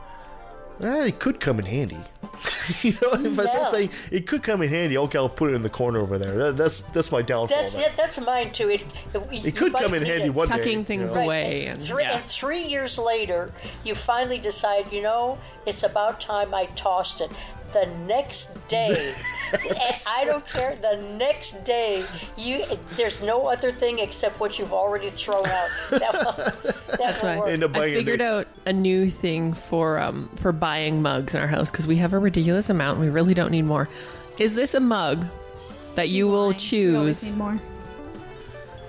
Speaker 3: Eh, it could come in handy. *laughs* you know, if I
Speaker 7: Yeah.
Speaker 3: start saying it could come in handy, okay, I'll put it in the corner over there. That, that's that's my downfall.
Speaker 7: That's
Speaker 3: there.
Speaker 7: it. That's mine too. It it,
Speaker 3: It could come in handy one day.
Speaker 8: Tucking
Speaker 3: you
Speaker 8: things *laughs*
Speaker 3: know.
Speaker 7: Right,
Speaker 8: away
Speaker 7: And
Speaker 8: and,
Speaker 7: three,
Speaker 8: yeah.
Speaker 7: and three years later, you finally decide, you know, it's about time I tossed it. the next
Speaker 8: *laughs*
Speaker 7: day. I don't care. The next day, you there's no other thing except what you've already thrown
Speaker 8: *laughs*
Speaker 7: out. That will, that
Speaker 8: That's
Speaker 7: will
Speaker 8: why
Speaker 7: work.
Speaker 3: In the
Speaker 8: I
Speaker 3: bag,
Speaker 8: figured
Speaker 3: they-
Speaker 8: out a new thing for um for buying mugs in our house because we have a ridiculous amount. And we really don't need more. Is this a mug that you will
Speaker 6: Fine. We always
Speaker 8: choose
Speaker 6: need more.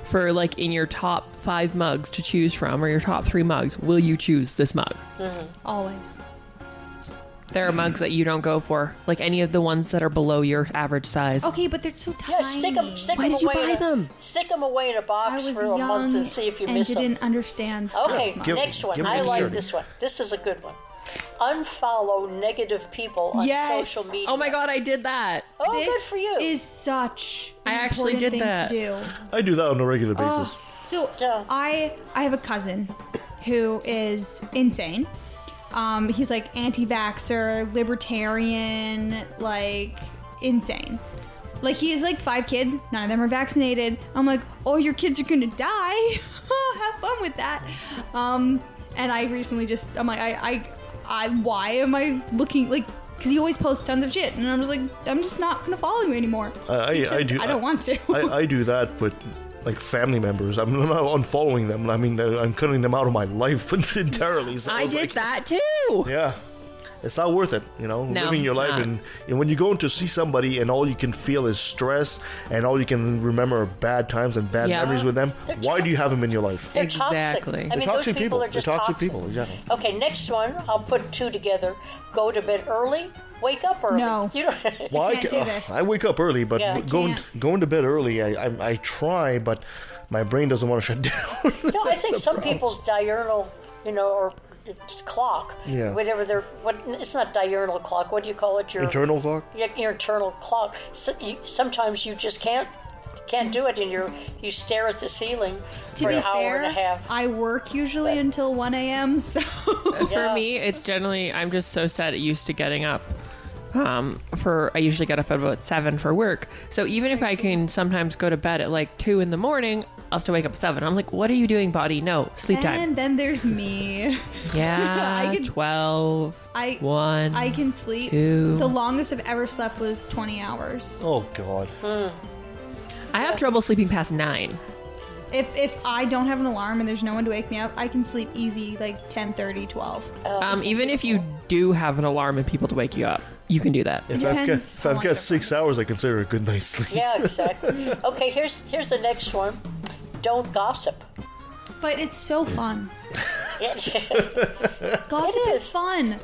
Speaker 8: for like in your top five mugs to choose from or your top three mugs? Will you choose this mug?
Speaker 6: Always.
Speaker 8: There are mugs that you don't go for, like any of the ones that are below your average size.
Speaker 7: Oh,
Speaker 6: Okay, but they're so
Speaker 7: Yeah,
Speaker 6: tiny.
Speaker 7: stick them, stick
Speaker 8: Why
Speaker 7: 'em
Speaker 8: did you
Speaker 7: away
Speaker 8: buy
Speaker 7: in a,
Speaker 8: them?
Speaker 7: Stick 'em away in a
Speaker 6: I
Speaker 7: box
Speaker 6: was
Speaker 7: for
Speaker 6: young
Speaker 7: a month and see if you
Speaker 6: and
Speaker 7: miss them.
Speaker 6: didn't understand.
Speaker 7: Okay,
Speaker 6: science
Speaker 3: Give-
Speaker 6: much.
Speaker 7: next one.
Speaker 3: give 'em
Speaker 7: I
Speaker 3: to
Speaker 7: like
Speaker 3: Jordan.
Speaker 7: this one. This is a good one. Unfollow negative people on social media.
Speaker 8: Oh my god, I did that.
Speaker 7: Oh, good
Speaker 6: This
Speaker 7: for you.
Speaker 6: is such.
Speaker 8: I
Speaker 6: an
Speaker 8: actually
Speaker 6: important
Speaker 8: did
Speaker 6: thing
Speaker 8: that.
Speaker 6: To do.
Speaker 3: I do that on a regular basis.
Speaker 6: Oh, so
Speaker 7: Yeah.
Speaker 6: I I have a cousin who is insane. Um, he's like anti-vaxxer, libertarian, like insane. Like he has like five kids, none of them are vaccinated. I'm like, oh, your kids are gonna die. *laughs* Have fun with that. Um, and I recently just, I'm like, I, I, I, why am I looking like? Because he always posts tons of shit, and I'm just like, I'm just not gonna follow you anymore.
Speaker 3: I, I, I
Speaker 6: because
Speaker 3: do.
Speaker 6: I don't want to.
Speaker 3: *laughs* I, I do that with like family members. I'm not unfollowing them. I mean, uh, I'm cutting them out of my life *laughs* entirely. So
Speaker 8: I
Speaker 3: it's
Speaker 8: did
Speaker 3: like,
Speaker 8: that too.
Speaker 3: Yeah. It's not worth it, you know,
Speaker 8: No,
Speaker 3: living your
Speaker 8: it's
Speaker 3: life.
Speaker 8: not.
Speaker 3: And, and when you go in to see somebody and all you can feel is stress and all you can remember are bad times and bad
Speaker 8: Yeah.
Speaker 3: memories with them, why do you have them in your life?
Speaker 7: They're
Speaker 8: Exactly.
Speaker 7: toxic. I
Speaker 8: They're
Speaker 7: mean, those
Speaker 3: toxic
Speaker 7: people,
Speaker 3: people.
Speaker 7: are
Speaker 3: They're
Speaker 7: just
Speaker 3: toxic people, exactly.
Speaker 7: Okay, next one. I'll put two together. Go to bed early. Wake up early.
Speaker 6: No.
Speaker 7: You don't. *laughs*
Speaker 3: Well,
Speaker 6: can't
Speaker 3: ca-
Speaker 6: do this.
Speaker 3: I wake up early, but
Speaker 7: Yeah. I
Speaker 3: going
Speaker 6: can't.
Speaker 3: going to bed early, I, I I try, but my brain doesn't want to shut *laughs* down.
Speaker 7: No, I think some people's diurnal, you know, or it's clock,
Speaker 3: Yeah.
Speaker 7: whatever they're, what, it's not diurnal clock. What do you call it? Your
Speaker 3: Internal clock?
Speaker 7: Your, your internal clock. So you, sometimes you just can't can't do it, and you you stare at the ceiling
Speaker 6: to
Speaker 7: for
Speaker 6: be
Speaker 7: an hour
Speaker 6: fair,
Speaker 7: and a half.
Speaker 6: I work usually until 1 a.m. So
Speaker 7: Yeah.
Speaker 8: For me, it's generally I'm just so set used to getting up. Um, for I usually get up at about seven for work. So even if I can sometimes go to bed at like two in the morning, I'll still wake up at seven. I'm like, what are you doing, body? No, sleep
Speaker 6: and
Speaker 8: time.
Speaker 6: then there's me.
Speaker 8: *laughs* Yeah,
Speaker 6: I can-
Speaker 8: twelve.
Speaker 6: I
Speaker 8: one.
Speaker 6: I can sleep.
Speaker 8: two.
Speaker 6: The longest I've ever slept was 20 hours.
Speaker 3: Oh God!
Speaker 8: I have trouble sleeping past nine.
Speaker 6: If if I don't have an alarm and there's no one to wake me up, I can sleep easy like 10, 30, 12.
Speaker 7: Oh,
Speaker 8: Um, even if you do have an alarm and people to wake you up, you can do that.
Speaker 3: If I've got,
Speaker 6: Depends
Speaker 3: if
Speaker 6: how
Speaker 3: I've
Speaker 6: long
Speaker 3: got
Speaker 6: you're
Speaker 3: six hours, I consider it a good night's sleep.
Speaker 7: yeah, exactly. *laughs* okay, here's here's the next one. Don't gossip. *laughs*
Speaker 6: But it's so fun.
Speaker 7: Yeah.
Speaker 6: Gossip
Speaker 7: It
Speaker 6: is.
Speaker 7: is.
Speaker 6: fun.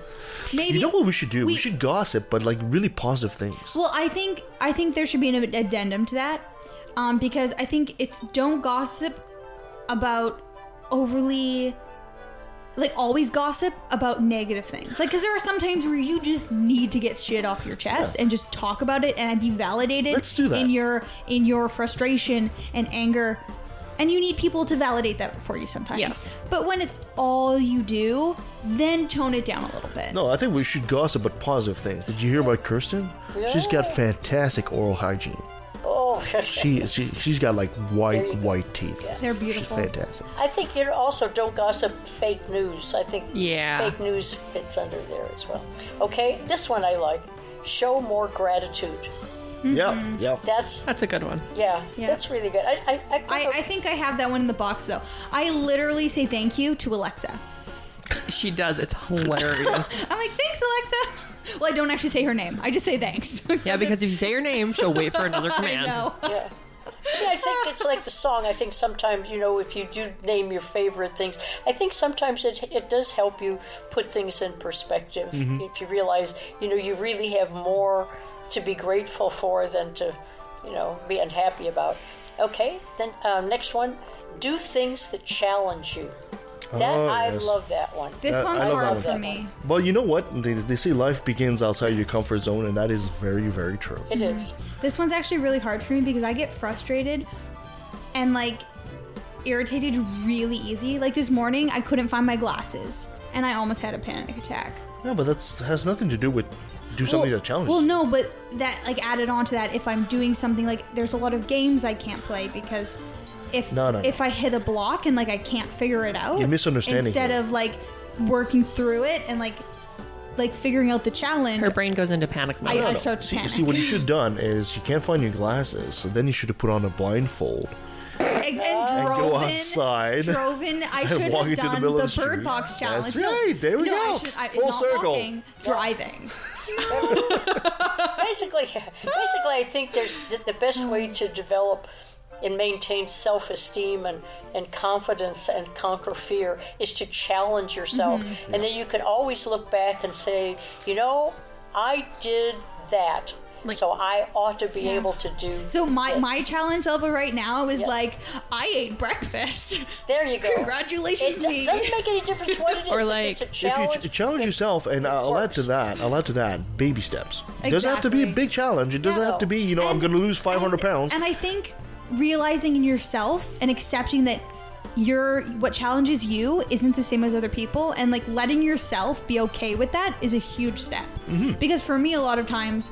Speaker 6: Maybe
Speaker 3: You know what we should do? We,
Speaker 6: We-
Speaker 3: should gossip, but like really positive things.
Speaker 6: Well, I think I think there should be an addendum to that, um, because I think it's don't gossip about overly, like always gossip about negative things. Like, because there are some times where you just need to get shit off your chest and just talk about it and be validated.
Speaker 3: Let's do that.
Speaker 6: in your in your frustration and anger, and you need people to validate that for you sometimes.
Speaker 8: Yes.
Speaker 6: But when it's all you do, then tone it down a little bit.
Speaker 3: No, I think we should gossip, but positive things. Did you hear about Kirsten? She's got fantastic oral hygiene.
Speaker 7: oh,
Speaker 3: She, she she's got like white white teeth.
Speaker 6: They're
Speaker 3: She's
Speaker 6: beautiful.
Speaker 3: fantastic.
Speaker 6: Mm-hmm.
Speaker 7: I think you also don't gossip fake news. I think
Speaker 8: Yeah.
Speaker 7: fake news fits under there as well. Okay, this one I like. Show more gratitude.
Speaker 3: Yeah, yeah.
Speaker 7: That's
Speaker 8: That's a good one.
Speaker 7: yeah,
Speaker 6: Yeah.
Speaker 7: that's really good. I I, I,
Speaker 6: I, I think I have that one in the box though. I literally say thank you to Alexa.
Speaker 8: She does. It's hilarious.
Speaker 6: I'm like, thanks, Alexa. Well, I don't actually say her name. I just say thanks. *laughs*
Speaker 8: yeah, because if you say your name, she'll wait for another command.
Speaker 6: no.
Speaker 7: yeah. I mean, I think it's like the song. I think sometimes you know if you do name your favorite things, I think sometimes it it does help you put things in perspective.
Speaker 3: Mm-hmm.
Speaker 7: If you realize you know you really have more to be grateful for than to you know be unhappy about. Okay, then um, next one, do things that challenge you. That
Speaker 3: Oh,
Speaker 7: I
Speaker 3: yes.
Speaker 7: love that one.
Speaker 6: This
Speaker 3: I-
Speaker 6: one's
Speaker 3: I love that
Speaker 6: hard
Speaker 3: one.
Speaker 6: for me.
Speaker 3: Well, you know what? They, they say life begins outside your comfort zone, and that is very very true.
Speaker 7: It is.
Speaker 6: This one's actually really hard for me because I get frustrated and like irritated really easy. Like this morning, I couldn't find my glasses and I almost had a panic attack.
Speaker 3: Yeah, but that's has nothing to do with do something
Speaker 6: well,
Speaker 3: that challenges.
Speaker 6: well
Speaker 3: you.
Speaker 6: no but that like added on to that if i'm doing something like there's a lot of games i can't play because if
Speaker 3: No, no, no.
Speaker 6: if i hit a block and like i can't figure it out
Speaker 3: You're misunderstanding
Speaker 6: instead
Speaker 3: here.
Speaker 6: of like working through it and like like figuring out the challenge,
Speaker 8: Her brain goes into panic mode.
Speaker 6: I, I start to
Speaker 3: See,
Speaker 6: panic.
Speaker 3: see, what
Speaker 6: *laughs*
Speaker 3: you should have done is you can't find your glasses, so then you should have put on a blindfold.
Speaker 6: and, and drove
Speaker 3: go
Speaker 6: in-
Speaker 3: outside
Speaker 6: Drove in. I
Speaker 3: *laughs* and
Speaker 6: should have
Speaker 3: walk
Speaker 6: done
Speaker 3: into the
Speaker 6: the,
Speaker 3: middle of
Speaker 6: bird
Speaker 3: the street.
Speaker 6: box challenge.
Speaker 3: That's right, there we
Speaker 6: no, I
Speaker 3: go.
Speaker 6: should, I,
Speaker 3: Full
Speaker 6: not
Speaker 3: circle.
Speaker 6: Walking, driving.
Speaker 7: basically, *laughs* basically, I think there's the, the best way to develop and maintain self-esteem and, and confidence and conquer fear is to challenge yourself,
Speaker 6: Mm-hmm.
Speaker 7: and then you can always look back and say, you know, I did that,
Speaker 8: Like-
Speaker 7: so I ought to be able to do.
Speaker 6: So my
Speaker 7: this."
Speaker 6: my challenge level right now is
Speaker 7: Yeah.
Speaker 6: like I ate breakfast. *laughs*
Speaker 7: there you go. It
Speaker 6: Congratulations,
Speaker 7: do-
Speaker 6: me.
Speaker 7: doesn't make any difference what
Speaker 6: *laughs*
Speaker 7: it is.
Speaker 8: Or
Speaker 7: If
Speaker 8: like,
Speaker 7: it's a
Speaker 3: If
Speaker 7: challenge,
Speaker 3: you ch- challenge yourself, and uh, I'll add to
Speaker 7: works.
Speaker 3: that, I'll add to that, baby steps. It doesn't have to be a
Speaker 6: Exactly.
Speaker 3: big challenge. It doesn't
Speaker 7: No.
Speaker 3: have to be, you know, I'm
Speaker 6: And-
Speaker 3: going to lose 500
Speaker 6: and-
Speaker 3: pounds.
Speaker 6: And I think realizing in yourself and accepting that your what challenges you isn't the same as other people and like letting yourself be okay with that is a huge step.
Speaker 3: Mm-hmm.
Speaker 6: Because for me a lot of times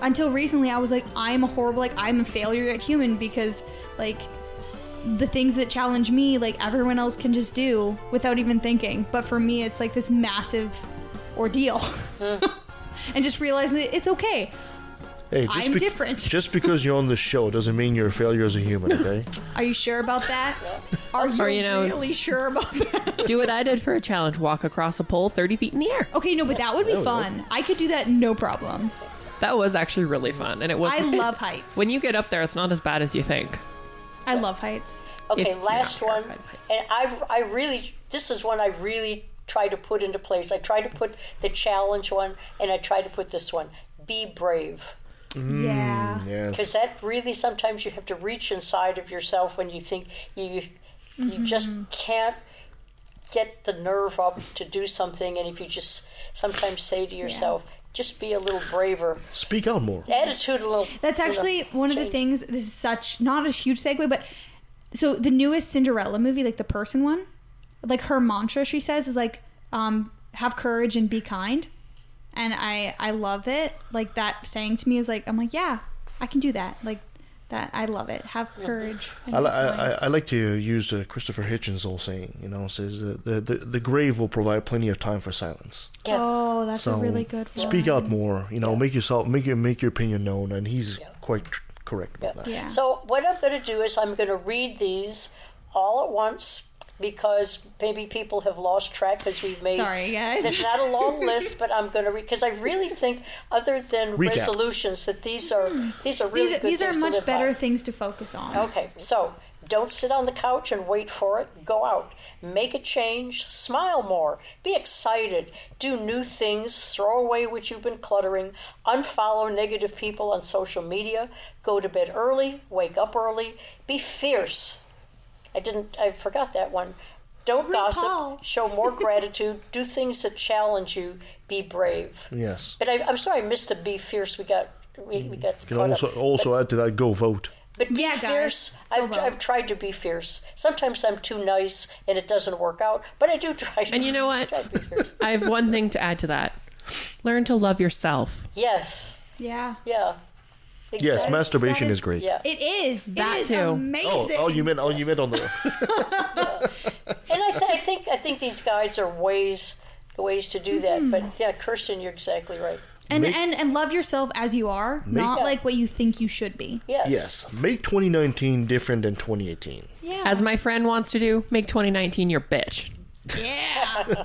Speaker 6: until recently I was like I'm a horrible like I'm a failure at human because like the things that challenge me like everyone else can just do without even thinking. But for me it's like this massive ordeal. *laughs* and just realizing that it's okay.
Speaker 3: hey, just
Speaker 6: I'm different.
Speaker 3: Just because you're on this show doesn't mean you're a failure as a human,
Speaker 6: *laughs*
Speaker 3: okay?
Speaker 6: Are you sure about *laughs* that? Are you,
Speaker 8: Or, you know-
Speaker 6: really sure about that?
Speaker 8: Do what I did for a challenge: walk across a pole thirty feet in the air.
Speaker 6: *laughs* Okay, no, but that would be fun. I could do that no problem.
Speaker 8: That was actually really fun, and it *laughs* was.
Speaker 6: I love heights.
Speaker 8: When you get up there, it's not as bad as you think.
Speaker 6: I love heights.
Speaker 7: Okay,
Speaker 8: if you're
Speaker 7: last
Speaker 8: not
Speaker 7: one.
Speaker 8: terrified by
Speaker 7: And I, I really, this is one I really try to put into place. I try to put the challenge one, and I try to put this one. Be brave,
Speaker 3: Hmm.
Speaker 6: yeah.
Speaker 7: because
Speaker 3: Yes.
Speaker 7: that really sometimes you have to reach inside of yourself when you think you, you just can't get the nerve up to do something, and if you just sometimes say to yourself, just be a little braver,
Speaker 3: Speak out more.
Speaker 7: attitude a little.
Speaker 6: That's
Speaker 7: you know,
Speaker 6: actually one of the
Speaker 7: change.
Speaker 6: things. This is such not a huge segue, but so the newest Cinderella movie, like the person one, like her mantra she says is like, um, "Have courage and be kind," and I I love it. Like that saying to me is like I'm like yeah, I can do that. Like that I love it. Have courage. And
Speaker 3: I,
Speaker 6: be
Speaker 3: li- I,
Speaker 6: kind.
Speaker 3: I- I like to use uh, Christopher Hitchens' old saying, you know, says uh, the, the the grave will provide plenty of time for silence.
Speaker 7: Yeah.
Speaker 6: oh, that's
Speaker 3: So
Speaker 6: a really good. One.
Speaker 3: speak out more, you know, make yourself make your make your opinion known, and he's quite tr- correct about that.
Speaker 6: Yeah.
Speaker 7: So what I'm going to do is I'm going to read these all at once because maybe people have lost track because we've made.
Speaker 6: Sorry, guys.
Speaker 7: It's not a
Speaker 6: *laughs*
Speaker 7: long list, but I'm going to read because I really think, other than
Speaker 3: Recap.
Speaker 7: resolutions, that these are these are really
Speaker 6: Hmm. these
Speaker 7: good
Speaker 6: these are
Speaker 7: things to
Speaker 6: much
Speaker 7: live
Speaker 6: better
Speaker 7: by.
Speaker 6: things to focus on.
Speaker 7: Okay, so don't sit on the couch and wait for it. Go out, make a change, smile more, be excited, do new things, throw away what you've been cluttering, unfollow negative people on social media, go to bed early, wake up early, be fierce. I didn't, I forgot that one. Don't
Speaker 6: RuPaul.
Speaker 7: gossip, show more gratitude, do things that challenge you, be brave.
Speaker 3: Yes.
Speaker 7: But I, I'm sorry, I missed the be fierce. We got, we, we got
Speaker 3: Mm. You
Speaker 7: caught
Speaker 3: can also
Speaker 7: up.
Speaker 3: also add to that, go vote.
Speaker 7: But be
Speaker 6: Yeah, guys.
Speaker 7: fierce.
Speaker 6: Go
Speaker 7: I've,
Speaker 6: vote.
Speaker 7: I've tried to be fierce. Sometimes I'm too nice and it doesn't work out, but I do try. To
Speaker 8: And you know what?
Speaker 7: try to be
Speaker 8: *laughs*
Speaker 7: fierce.
Speaker 8: I have one thing to add to that: learn to love yourself.
Speaker 7: yes.
Speaker 6: Yeah.
Speaker 7: Yeah.
Speaker 3: Yes,
Speaker 7: Exactly.
Speaker 3: masturbation
Speaker 6: That
Speaker 3: is,
Speaker 6: is-
Speaker 3: great.
Speaker 7: Yeah.
Speaker 6: It is.
Speaker 8: That
Speaker 6: it is
Speaker 8: too.
Speaker 6: amazing.
Speaker 3: Oh, oh, you meant oh, you meant on the
Speaker 7: And I, th- I think I think these guides are ways ways to do that. But
Speaker 8: Mm-hmm.
Speaker 7: yeah, Kirsten, you're exactly right.
Speaker 6: and,
Speaker 3: Make-
Speaker 6: and and love yourself as you are, not
Speaker 7: Yeah.
Speaker 6: like what you think you should be.
Speaker 7: Yes.
Speaker 3: yes. Make 2019 different than 2018.
Speaker 6: Yeah.
Speaker 8: As my friend wants to do, make 2019 your bitch.
Speaker 7: *laughs*
Speaker 6: yeah.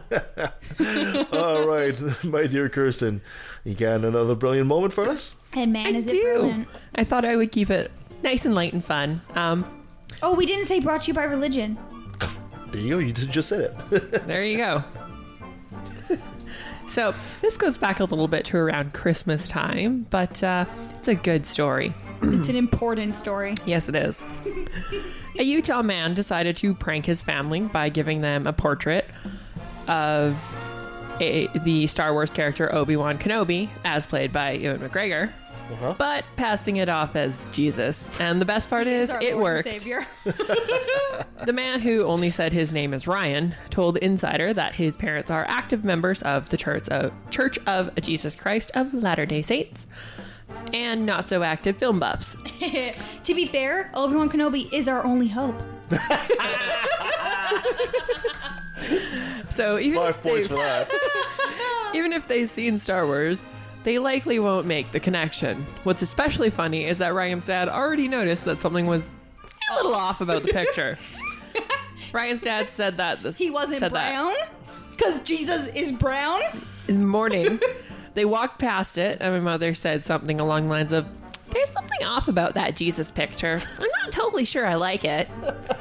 Speaker 3: All right, *laughs* my dear Kirsten, you got another brilliant moment for us.
Speaker 6: and man,
Speaker 8: I
Speaker 6: is
Speaker 8: do.
Speaker 6: it brilliant?
Speaker 8: I thought I would keep it nice and light and fun. Um,
Speaker 6: Oh, we didn't say brought to you by religion.
Speaker 3: There you go. You did- just said *laughs* it.
Speaker 8: there you go. so this goes back a little bit to around Christmas time, but uh, it's a good story.
Speaker 6: It's an important story.
Speaker 8: Yes, it is. a Utah man decided to prank his family by giving them a portrait of a, the Star Wars character Obi Wan Kenobi, as played by Ewan McGregor, but passing it off as Jesus. And the best part is,
Speaker 6: It's our
Speaker 8: it
Speaker 6: Lord and
Speaker 8: worked.
Speaker 6: Savior. *laughs*
Speaker 8: The man who only said his name is Ryan told Insider that his parents are active members of the Church of, Church of Jesus Christ of Latter day Saints and not so active film buffs.
Speaker 6: to be fair, Obi Wan Kenobi is our only hope.
Speaker 8: So even
Speaker 3: Five
Speaker 8: if they've-
Speaker 3: points for that.
Speaker 8: even if they've seen Star Wars, they likely won't make the connection. What's especially funny is that Ryan's dad already noticed that something was a little off about the
Speaker 6: *laughs*
Speaker 8: picture. Ryan's dad said that this,
Speaker 6: He wasn't
Speaker 8: said that
Speaker 6: brown because Jesus is brown.
Speaker 8: in the morning. *laughs* they walked past it, and my mother said something along the lines of, "There's something off about that Jesus picture. I'm not totally sure I like it."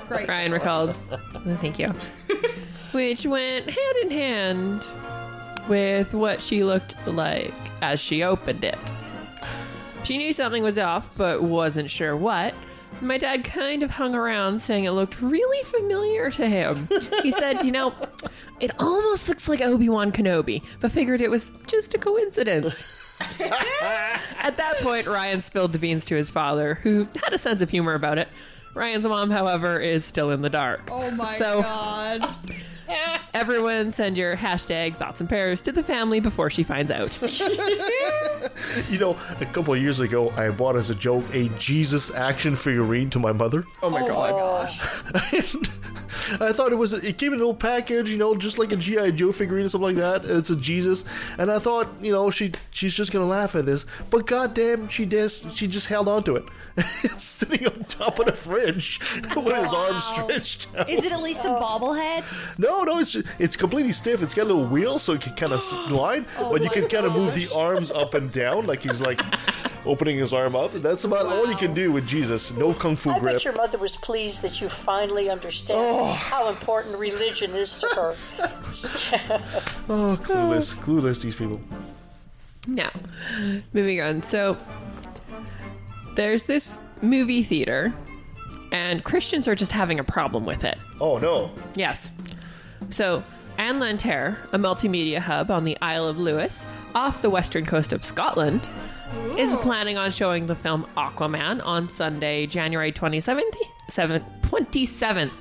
Speaker 6: Great.
Speaker 8: Ryan recalled. Oh, Thank you. Which went hand in hand with what she looked like as she opened it. She knew something was off, but wasn't sure what. My dad kind of hung around saying it looked really familiar to him. He said, You know, it almost looks like Obi Wan Kenobi, but figured it was just a coincidence. At that point, Ryan spilled the beans to his father, who had a sense of humor about it. Ryan's mom, however, is still in the dark.
Speaker 6: Oh my
Speaker 8: So-
Speaker 6: god.
Speaker 8: Everyone send your hashtag thoughts and prayers to the family before she finds out.
Speaker 3: You know, a couple of years ago, I bought as a joke a Jesus action figurine to my mother.
Speaker 8: Oh my
Speaker 3: I thought it was it came in a little package, you know, just like a GI Joe figurine or something like that. And it's a Jesus, and I thought, you know, she she's just gonna laugh at this, but goddamn, she just she just held on to it. *laughs* it's sitting on top of the fridge *laughs* with his arms stretched out.
Speaker 6: Is it at least a bobblehead?
Speaker 3: No, no, it's it's completely stiff. It's got a little wheel, so it can kind of
Speaker 7: *gasps*
Speaker 3: slide,
Speaker 7: Oh
Speaker 3: but you
Speaker 6: my
Speaker 3: can kind of move the arms up and down, like
Speaker 7: *laughs*
Speaker 3: he's like opening his arm up. That's about all you can do with Jesus. No kung fu
Speaker 7: I
Speaker 3: grip.
Speaker 7: bet your mother was pleased that you finally understand how important religion is to her.
Speaker 3: Oh, clueless, clueless. These people.
Speaker 8: Now, moving on. So, there's this movie theater, and Christians are just having a problem with it.
Speaker 3: Oh no.
Speaker 8: Yes. So, Anne Lantair, a multimedia hub on the Isle of Lewis, off the western coast of Scotland, is planning on showing the film Aquaman on Sunday, January 27th. seven- 27th.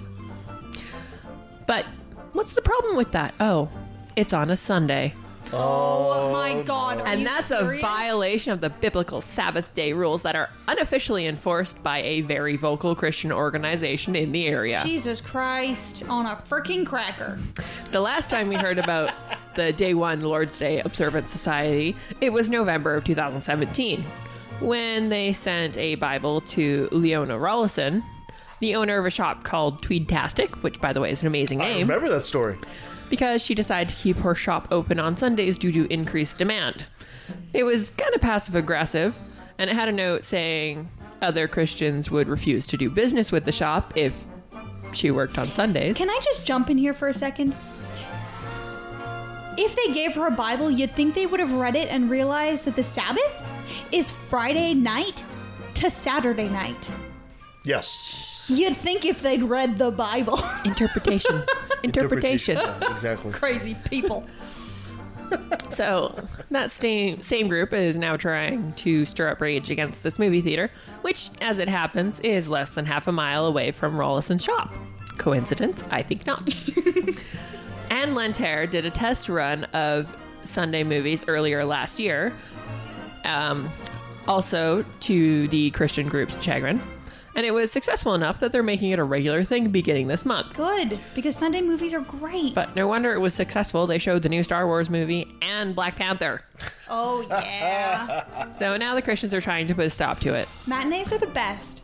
Speaker 8: But what's the problem with that? Oh, it's on a Sunday.
Speaker 6: Oh my god. Are
Speaker 8: And
Speaker 6: you
Speaker 8: that's
Speaker 6: serious?
Speaker 8: a violation of the biblical Sabbath day rules that are unofficially enforced by a very vocal Christian organization in the area.
Speaker 6: Jesus Christ on a freaking cracker.
Speaker 8: The last time we heard about the Day One Lord's Day Observance Society, it was November of 2017 when they sent a Bible to Leona Rollison, the owner of a shop called Tweedtastic, which, by the way, is an amazing
Speaker 3: I
Speaker 8: name,
Speaker 3: remember that story.
Speaker 8: because she decided to keep her shop open on Sundays due to increased demand. It was kind of passive aggressive, and it had a note saying other Christians would refuse to do business with the shop if she worked on Sundays.
Speaker 6: Can I just jump in here for a second? If they gave her a Bible, you'd think they would have read it and realized that the Sabbath is Friday night to Saturday night.
Speaker 3: Yes.
Speaker 6: You'd think if they'd read the Bible. *laughs*
Speaker 8: Interpretation. *laughs* Interpretation.
Speaker 3: Yeah, exactly.
Speaker 6: Crazy people.
Speaker 8: So that same same group is now trying to stir up rage against this movie theater, which, as it happens, is less than half a mile away from Rollison's shop. Coincidence? I think not. *laughs* Anne Lentaire did a test run of Sunday movies earlier last year, um, also to the Christian group's chagrin, and it was successful enough that they're making it a regular thing beginning this month.
Speaker 6: Good, because Sunday movies are great.
Speaker 8: But no wonder it was successful. They showed the new Star Wars movie and Black Panther.
Speaker 6: oh,
Speaker 8: *laughs*
Speaker 6: yeah.
Speaker 8: So now the Christians are trying to put a stop to it.
Speaker 6: Matinees are the best.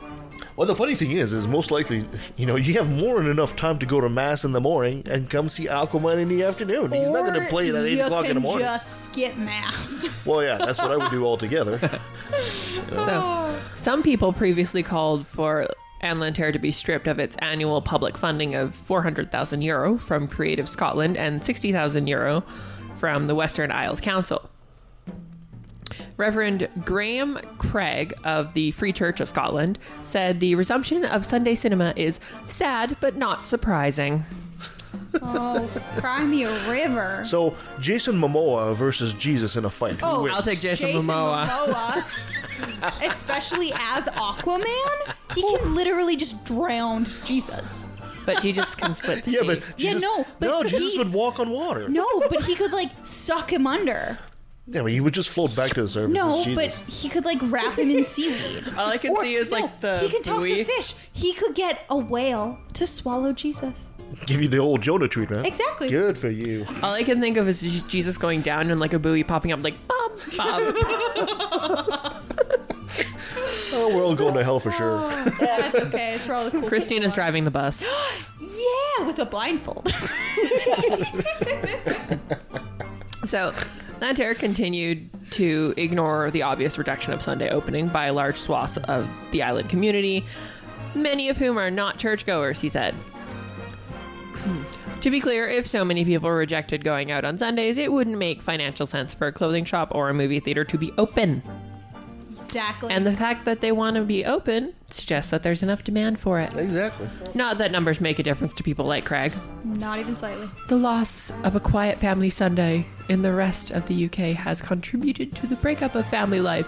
Speaker 3: Well, the funny thing is, is most likely, you know, you have more than enough time to go to mass in the morning and come see Aquaman in the afternoon. He's not going to
Speaker 6: Or
Speaker 3: play it at eight
Speaker 6: you
Speaker 3: o'clock in the
Speaker 6: can
Speaker 3: morning.
Speaker 6: just skip Mass. *laughs*
Speaker 3: Well, yeah, that's what I would do altogether. Ah.
Speaker 8: So some people previously called for Anne Lantair to be stripped of its annual public funding of 400,000 euro from Creative Scotland and 60,000 euro from the Western Isles Council. Reverend Graham Craig of the Free Church of Scotland said the resumption of Sunday cinema is sad but not surprising.
Speaker 6: oh, cry me a river.
Speaker 3: So Jason Momoa versus Jesus in a fight. Who
Speaker 6: Oh,
Speaker 3: wins?
Speaker 8: I'll take Jason, Momoa. *laughs*
Speaker 6: Momoa, especially as Aquaman, he
Speaker 8: Oh.
Speaker 6: can literally just drown Jesus.
Speaker 8: But you just can split the
Speaker 3: *laughs* Yeah,
Speaker 8: sea.
Speaker 3: but Jesus,
Speaker 6: no, but
Speaker 3: no, Jesus
Speaker 6: he-
Speaker 3: would walk on water.
Speaker 6: No, but he could like suck him under.
Speaker 3: Yeah, but he would just float back to the surface.
Speaker 6: No,
Speaker 3: It's
Speaker 6: but
Speaker 3: Jesus.
Speaker 6: he could like wrap him in seaweed.
Speaker 8: *laughs* All I can see is like the
Speaker 6: he can talk
Speaker 8: buoy.
Speaker 6: to fish. He could get a whale to swallow Jesus.
Speaker 3: give you the old Jonah treatment.
Speaker 6: Exactly.
Speaker 3: Good for you.
Speaker 8: All I can think of is J- Jesus going down and like a buoy popping up, like Bob, Bob.
Speaker 3: Oh, we're all going to hell for sure.
Speaker 6: *laughs* That's okay. It's for all the cool.
Speaker 8: Christina's
Speaker 6: kids.
Speaker 8: driving the bus.
Speaker 6: Yeah, with
Speaker 8: *laughs*
Speaker 6: a blindfold.
Speaker 8: *gasps* So, Lanterra continued to ignore the obvious rejection of Sunday opening by large swaths of the island community, many of whom are not churchgoers, he said. to be clear, if so many people rejected going out on Sundays, it wouldn't make financial sense for a clothing shop or a movie theater to be open.
Speaker 6: exactly.
Speaker 8: And the fact that they want to be open suggests that there's enough demand for it.
Speaker 3: Exactly.
Speaker 8: Not that numbers make a difference to people like Craig.
Speaker 6: Not even slightly.
Speaker 8: The loss of a quiet family Sunday in the rest of the UK has contributed to the breakup of family life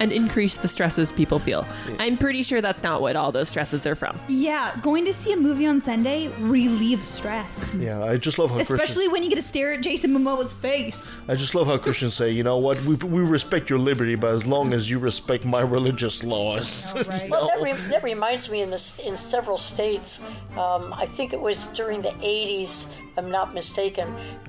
Speaker 8: and increased the stresses people feel. I'm pretty sure that's not what all those stresses are from.
Speaker 6: Yeah, going to see a movie on Sunday relieves stress,
Speaker 3: Yeah, I just love how Christians.
Speaker 6: especially when you get to stare at Jason Momoa's face.
Speaker 3: I just love how Christians say, you know what, we, we respect your liberty, but as long as you respect my religious
Speaker 7: *laughs*
Speaker 3: laws.
Speaker 6: Right.
Speaker 7: Well, that, re- that reminds me in this in several states. Um, I think it was during the 80s, if I'm not mistaken.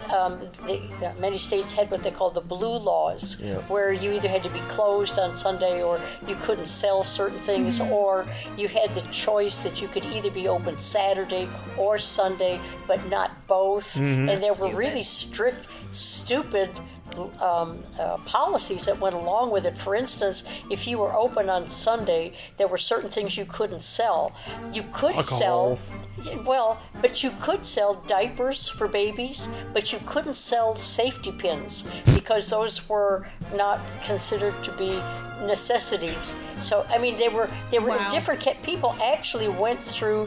Speaker 7: Um, the, uh, many states had what they called the blue laws, where you either had to be closed on Sunday or you couldn't sell certain things, or you had the choice that you could either be open Saturday or Sunday, but not both. And there were really strict, stupid um, uh, policies that went along with it. For instance, if you were open on Sunday, there were certain things you couldn't sell. You could
Speaker 3: Alcohol.
Speaker 7: sell. Yeah, Well, but you could sell diapers for babies, but you couldn't sell safety pins because those were not considered to be necessities. So I mean, they were they were
Speaker 6: Wow.
Speaker 7: in different ca- people actually went through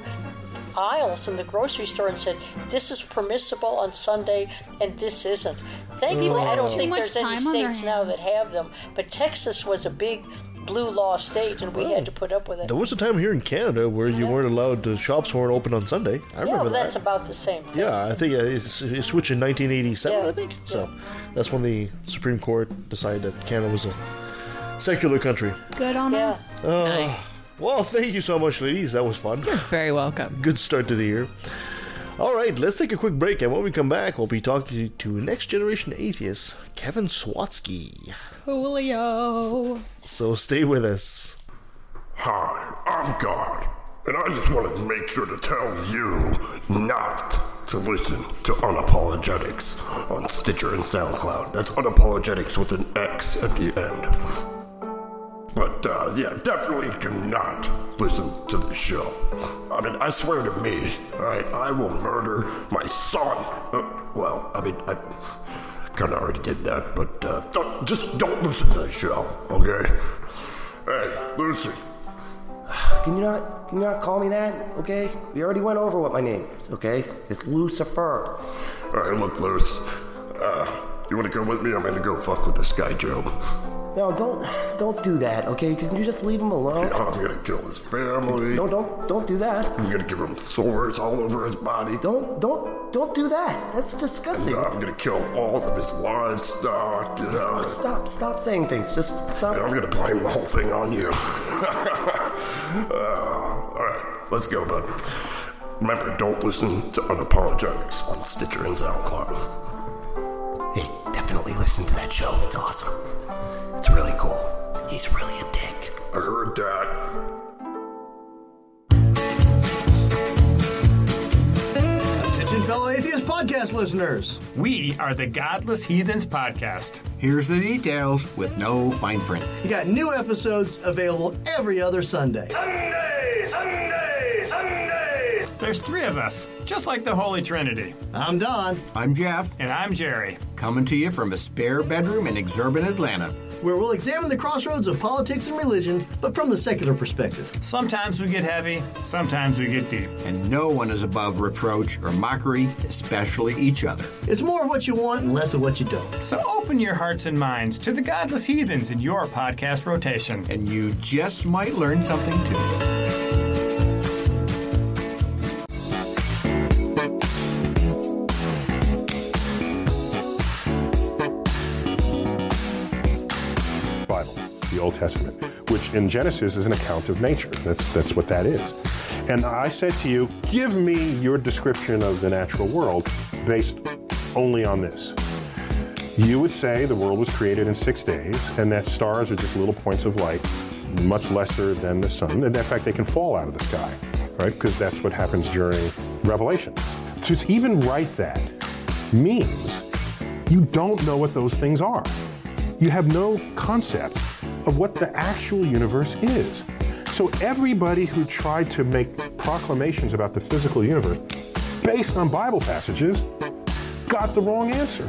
Speaker 7: aisles in the grocery store and said, "This is permissible on Sunday, and this isn't." Thankfully, I don't think
Speaker 6: much
Speaker 7: there's any
Speaker 6: time on their
Speaker 7: states now that have them, but Texas was a big blue law state, and we had to put up with it.
Speaker 3: There was a time here in Canada where you weren't allowed, the shops weren't open on Sunday. I
Speaker 7: yeah,
Speaker 3: remember
Speaker 7: well, that's
Speaker 3: that.
Speaker 7: about the same thing.
Speaker 3: yeah, I think uh, it's, it switched in 1987,
Speaker 7: Yeah.
Speaker 3: I think. So that's when the Supreme Court decided that Canada was a secular country.
Speaker 6: Good on
Speaker 7: Yeah.
Speaker 6: us.
Speaker 8: nice.
Speaker 3: Well, thank you so much, ladies. That was fun.
Speaker 8: Very welcome.
Speaker 3: Good start to the year. All right, let's take a quick break, and when we come back, we'll be talking to next generation atheist Kevin Swatsky.
Speaker 8: Julio.
Speaker 3: So stay with us.
Speaker 9: Hi, I'm God, and I just wanted to make sure to tell you not to listen to Unapologetics on Stitcher and SoundCloud. That's Unapologetics with an X at the end. But uh, yeah, definitely do not listen to the show. I mean, I swear to me, all right, I will murder my son. Uh, well, I mean, I kind of already did that, but uh, don't- just don't listen to the show, okay? Hey, Lucy,
Speaker 10: Can you not can you not call me that? Okay? We already went over what my name is, okay? It's Lucifer.
Speaker 9: All right, look, Lewis. Uh, you want to come with me? I'm gonna go fuck with this guy, Joe.
Speaker 10: No, don't don't do that, okay? Can you just leave him alone?
Speaker 9: I'm gonna kill his family.
Speaker 10: No, don't don't do that.
Speaker 9: I'm gonna give him sores all over his body.
Speaker 10: Don't don't don't do that. That's disgusting.
Speaker 9: I'm gonna kill all of his livestock. You know.
Speaker 10: Stop, stop stop saying things. Just
Speaker 9: And I'm
Speaker 10: stop.
Speaker 9: gonna blame the whole thing on you. Uh, all right, let's go, bud. Remember, don't listen to unapologetics on Stitcher and SoundCloud.
Speaker 10: Hey, definitely listen to that show. It's awesome. It's really cool. He's really a dick.
Speaker 9: I heard that.
Speaker 11: Attention, fellow atheist podcast listeners.
Speaker 12: We are the Godless Heathens Podcast.
Speaker 11: Here's the details with no fine print. We got new episodes available every other Sunday.
Speaker 9: Sunday, Sunday, Sunday.
Speaker 12: There's three of us, just like the Holy Trinity.
Speaker 11: I'm Don. I'm Jeff,
Speaker 12: And I'm Jerry.
Speaker 11: coming to you from a spare bedroom in exurban Atlanta, where we'll examine the crossroads of politics and religion, but from the secular perspective.
Speaker 12: Sometimes we get heavy, sometimes we get deep.
Speaker 11: And no one is above reproach or mockery, especially each other. It's more of what you want and less of what you don't.
Speaker 12: So open your hearts and minds to the Godless Heathens in your podcast rotation.
Speaker 11: And you just might learn something too.
Speaker 13: Bible, the Old Testament, which in Genesis is an account of nature. That's, that's what that is. And I said to you, give me your description of the natural world based only on this. You would say the world was created in six days, and that stars are just little points of light, much lesser than the sun. And in fact, they can fall out of the sky, right? Because that's what happens during Revelation. To even write that means you don't know what those things are. You have no concept of what the actual universe is. So everybody who tried to make proclamations about the physical universe based on Bible passages got the wrong answer.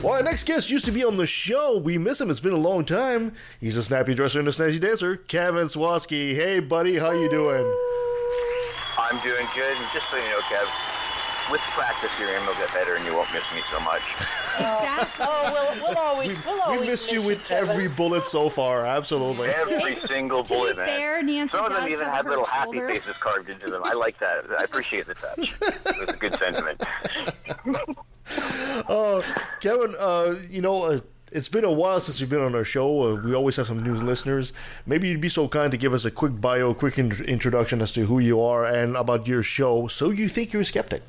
Speaker 3: Well, our next guest used to be on the show. We miss him. It's been a long time. He's a snappy dresser and a snazzy dancer, Kevin Swatsky. Hey, buddy, how you doing?
Speaker 14: I'm doing good, and just so you know, Kev, with practice, your aim will get better, and you won't miss me so much.
Speaker 7: Exactly. Oh, we'll,
Speaker 3: *laughs*
Speaker 7: we'll always, we'll
Speaker 3: We
Speaker 7: always
Speaker 3: missed you
Speaker 7: miss
Speaker 3: with
Speaker 7: Kevin.
Speaker 3: every bullet so far. Absolutely.
Speaker 14: Every single bullet, man.
Speaker 6: fair, Nancy
Speaker 14: Some of them
Speaker 6: does
Speaker 14: even
Speaker 6: have
Speaker 14: had
Speaker 6: her
Speaker 14: little happy
Speaker 6: shoulder.
Speaker 14: faces carved into them. I like that. I appreciate the touch. It was a
Speaker 6: *laughs*
Speaker 14: good sentiment.
Speaker 3: Uh, Kevin, uh, you know, uh, it's been a while since you've been on our show. Uh, we always have some new listeners. Maybe you'd be so kind to give us a quick bio, quick in- introduction as to who you are and about your show. So you think you're a skeptic?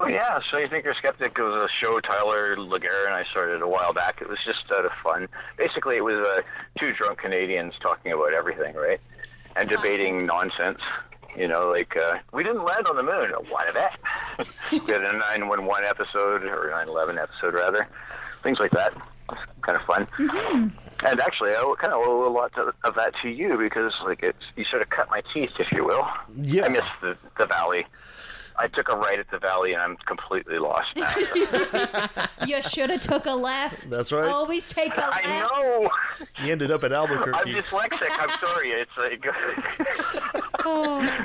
Speaker 14: Oh yeah, so you think you're skeptic? It was a show Tyler Laguerre and I started a while back. It was just out of fun. Basically, it was uh, two drunk Canadians talking about everything, right? And debating nonsense. You know, like uh, we didn't land on the moon. What of it? we had a nine one one episode or nine eleven episode rather, things like that. It's kind of fun. And actually, I kind of owe a lot to, of that to you because, like, it's you sort of cut my teeth, if you will.
Speaker 3: Yeah.
Speaker 14: I missed the, the valley. I took a right at the valley, and I'm completely lost now.
Speaker 6: you should have took a left.
Speaker 3: That's right.
Speaker 6: Always take a left. I
Speaker 14: know.
Speaker 3: You ended up at
Speaker 14: I'm
Speaker 3: Albuquerque.
Speaker 14: dyslexic. I'm sorry. It's like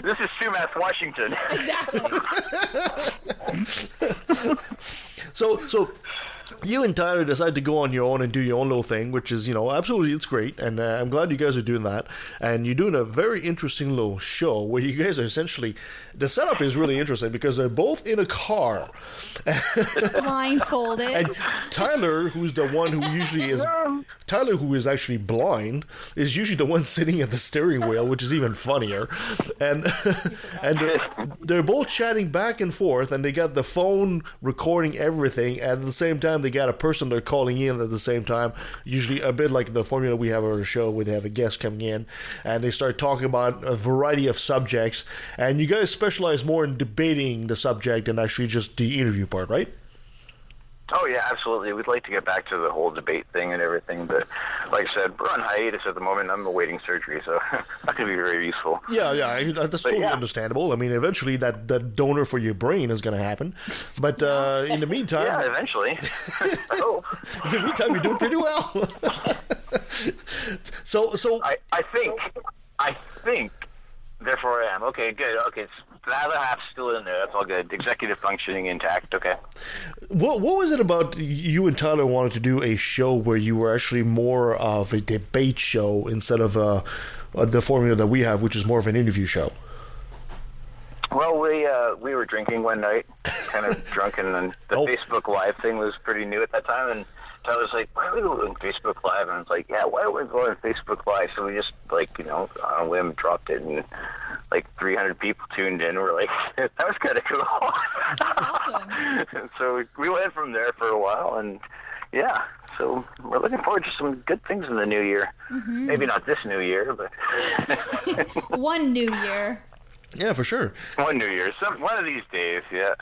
Speaker 14: this is Sumath, Washington.
Speaker 6: Exactly.
Speaker 3: so so you and Tyler decide to go on your own and do your own little thing, which is you know absolutely it's great, and uh, I'm glad you guys are doing that. And you're doing a very interesting little show where you guys are essentially the setup is really interesting because they're both in a car, *laughs*
Speaker 6: Blindfolded.
Speaker 3: and Tyler, who's the one who usually is Tyler, who is actually blind, is usually the one sitting at the steering wheel, which is even funnier. And *laughs* and they're, they're both chatting back and forth, and they got the phone recording everything. And at the same time, they got a person they're calling in at the same time. Usually, a bit like the formula we have on our show, where they have a guest coming in, and they start talking about a variety of subjects. And you guys specialize more in debating the subject than actually just the interview part, right?
Speaker 14: Oh yeah, absolutely. We'd like to get back to the whole debate thing and everything, but like I said, we're on hiatus at the moment. I'm awaiting surgery, so not going to be very useful.
Speaker 3: Yeah, yeah, I, uh, that's totally
Speaker 14: yeah.
Speaker 3: understandable. I mean, eventually that, that donor for your brain is going to happen, but uh, in the meantime,
Speaker 14: Yeah, eventually. *laughs*
Speaker 3: in the meantime, you're doing pretty well. *laughs* so, so
Speaker 14: I, I think, I think, therefore I am. Okay, good. Okay, it's, the other half's still in there. That's all good. Executive functioning intact. Okay.
Speaker 3: what what was it about you and Tyler wanted to do a show where you were actually more of a debate show instead of uh, uh, the formula that we have, which is more of an interview show?
Speaker 14: Well, we uh, we were drinking one night, kind of drunken, and the Facebook Live thing was pretty new at that time. And Tyler was like, "Why are we going Facebook Live?" And I was like, "Yeah, why are we going Facebook Live?" So we just like you know on a whim dropped it, and like 300 people tuned in. We're like, "That was kind of cool." and so we went from there for a while, and yeah, so we're looking forward to some good things in the new year.
Speaker 6: Mhm.
Speaker 14: Maybe not this new year, but
Speaker 6: One new year.
Speaker 3: yeah, for sure.
Speaker 14: *laughs* One new year, some one of these days, yeah.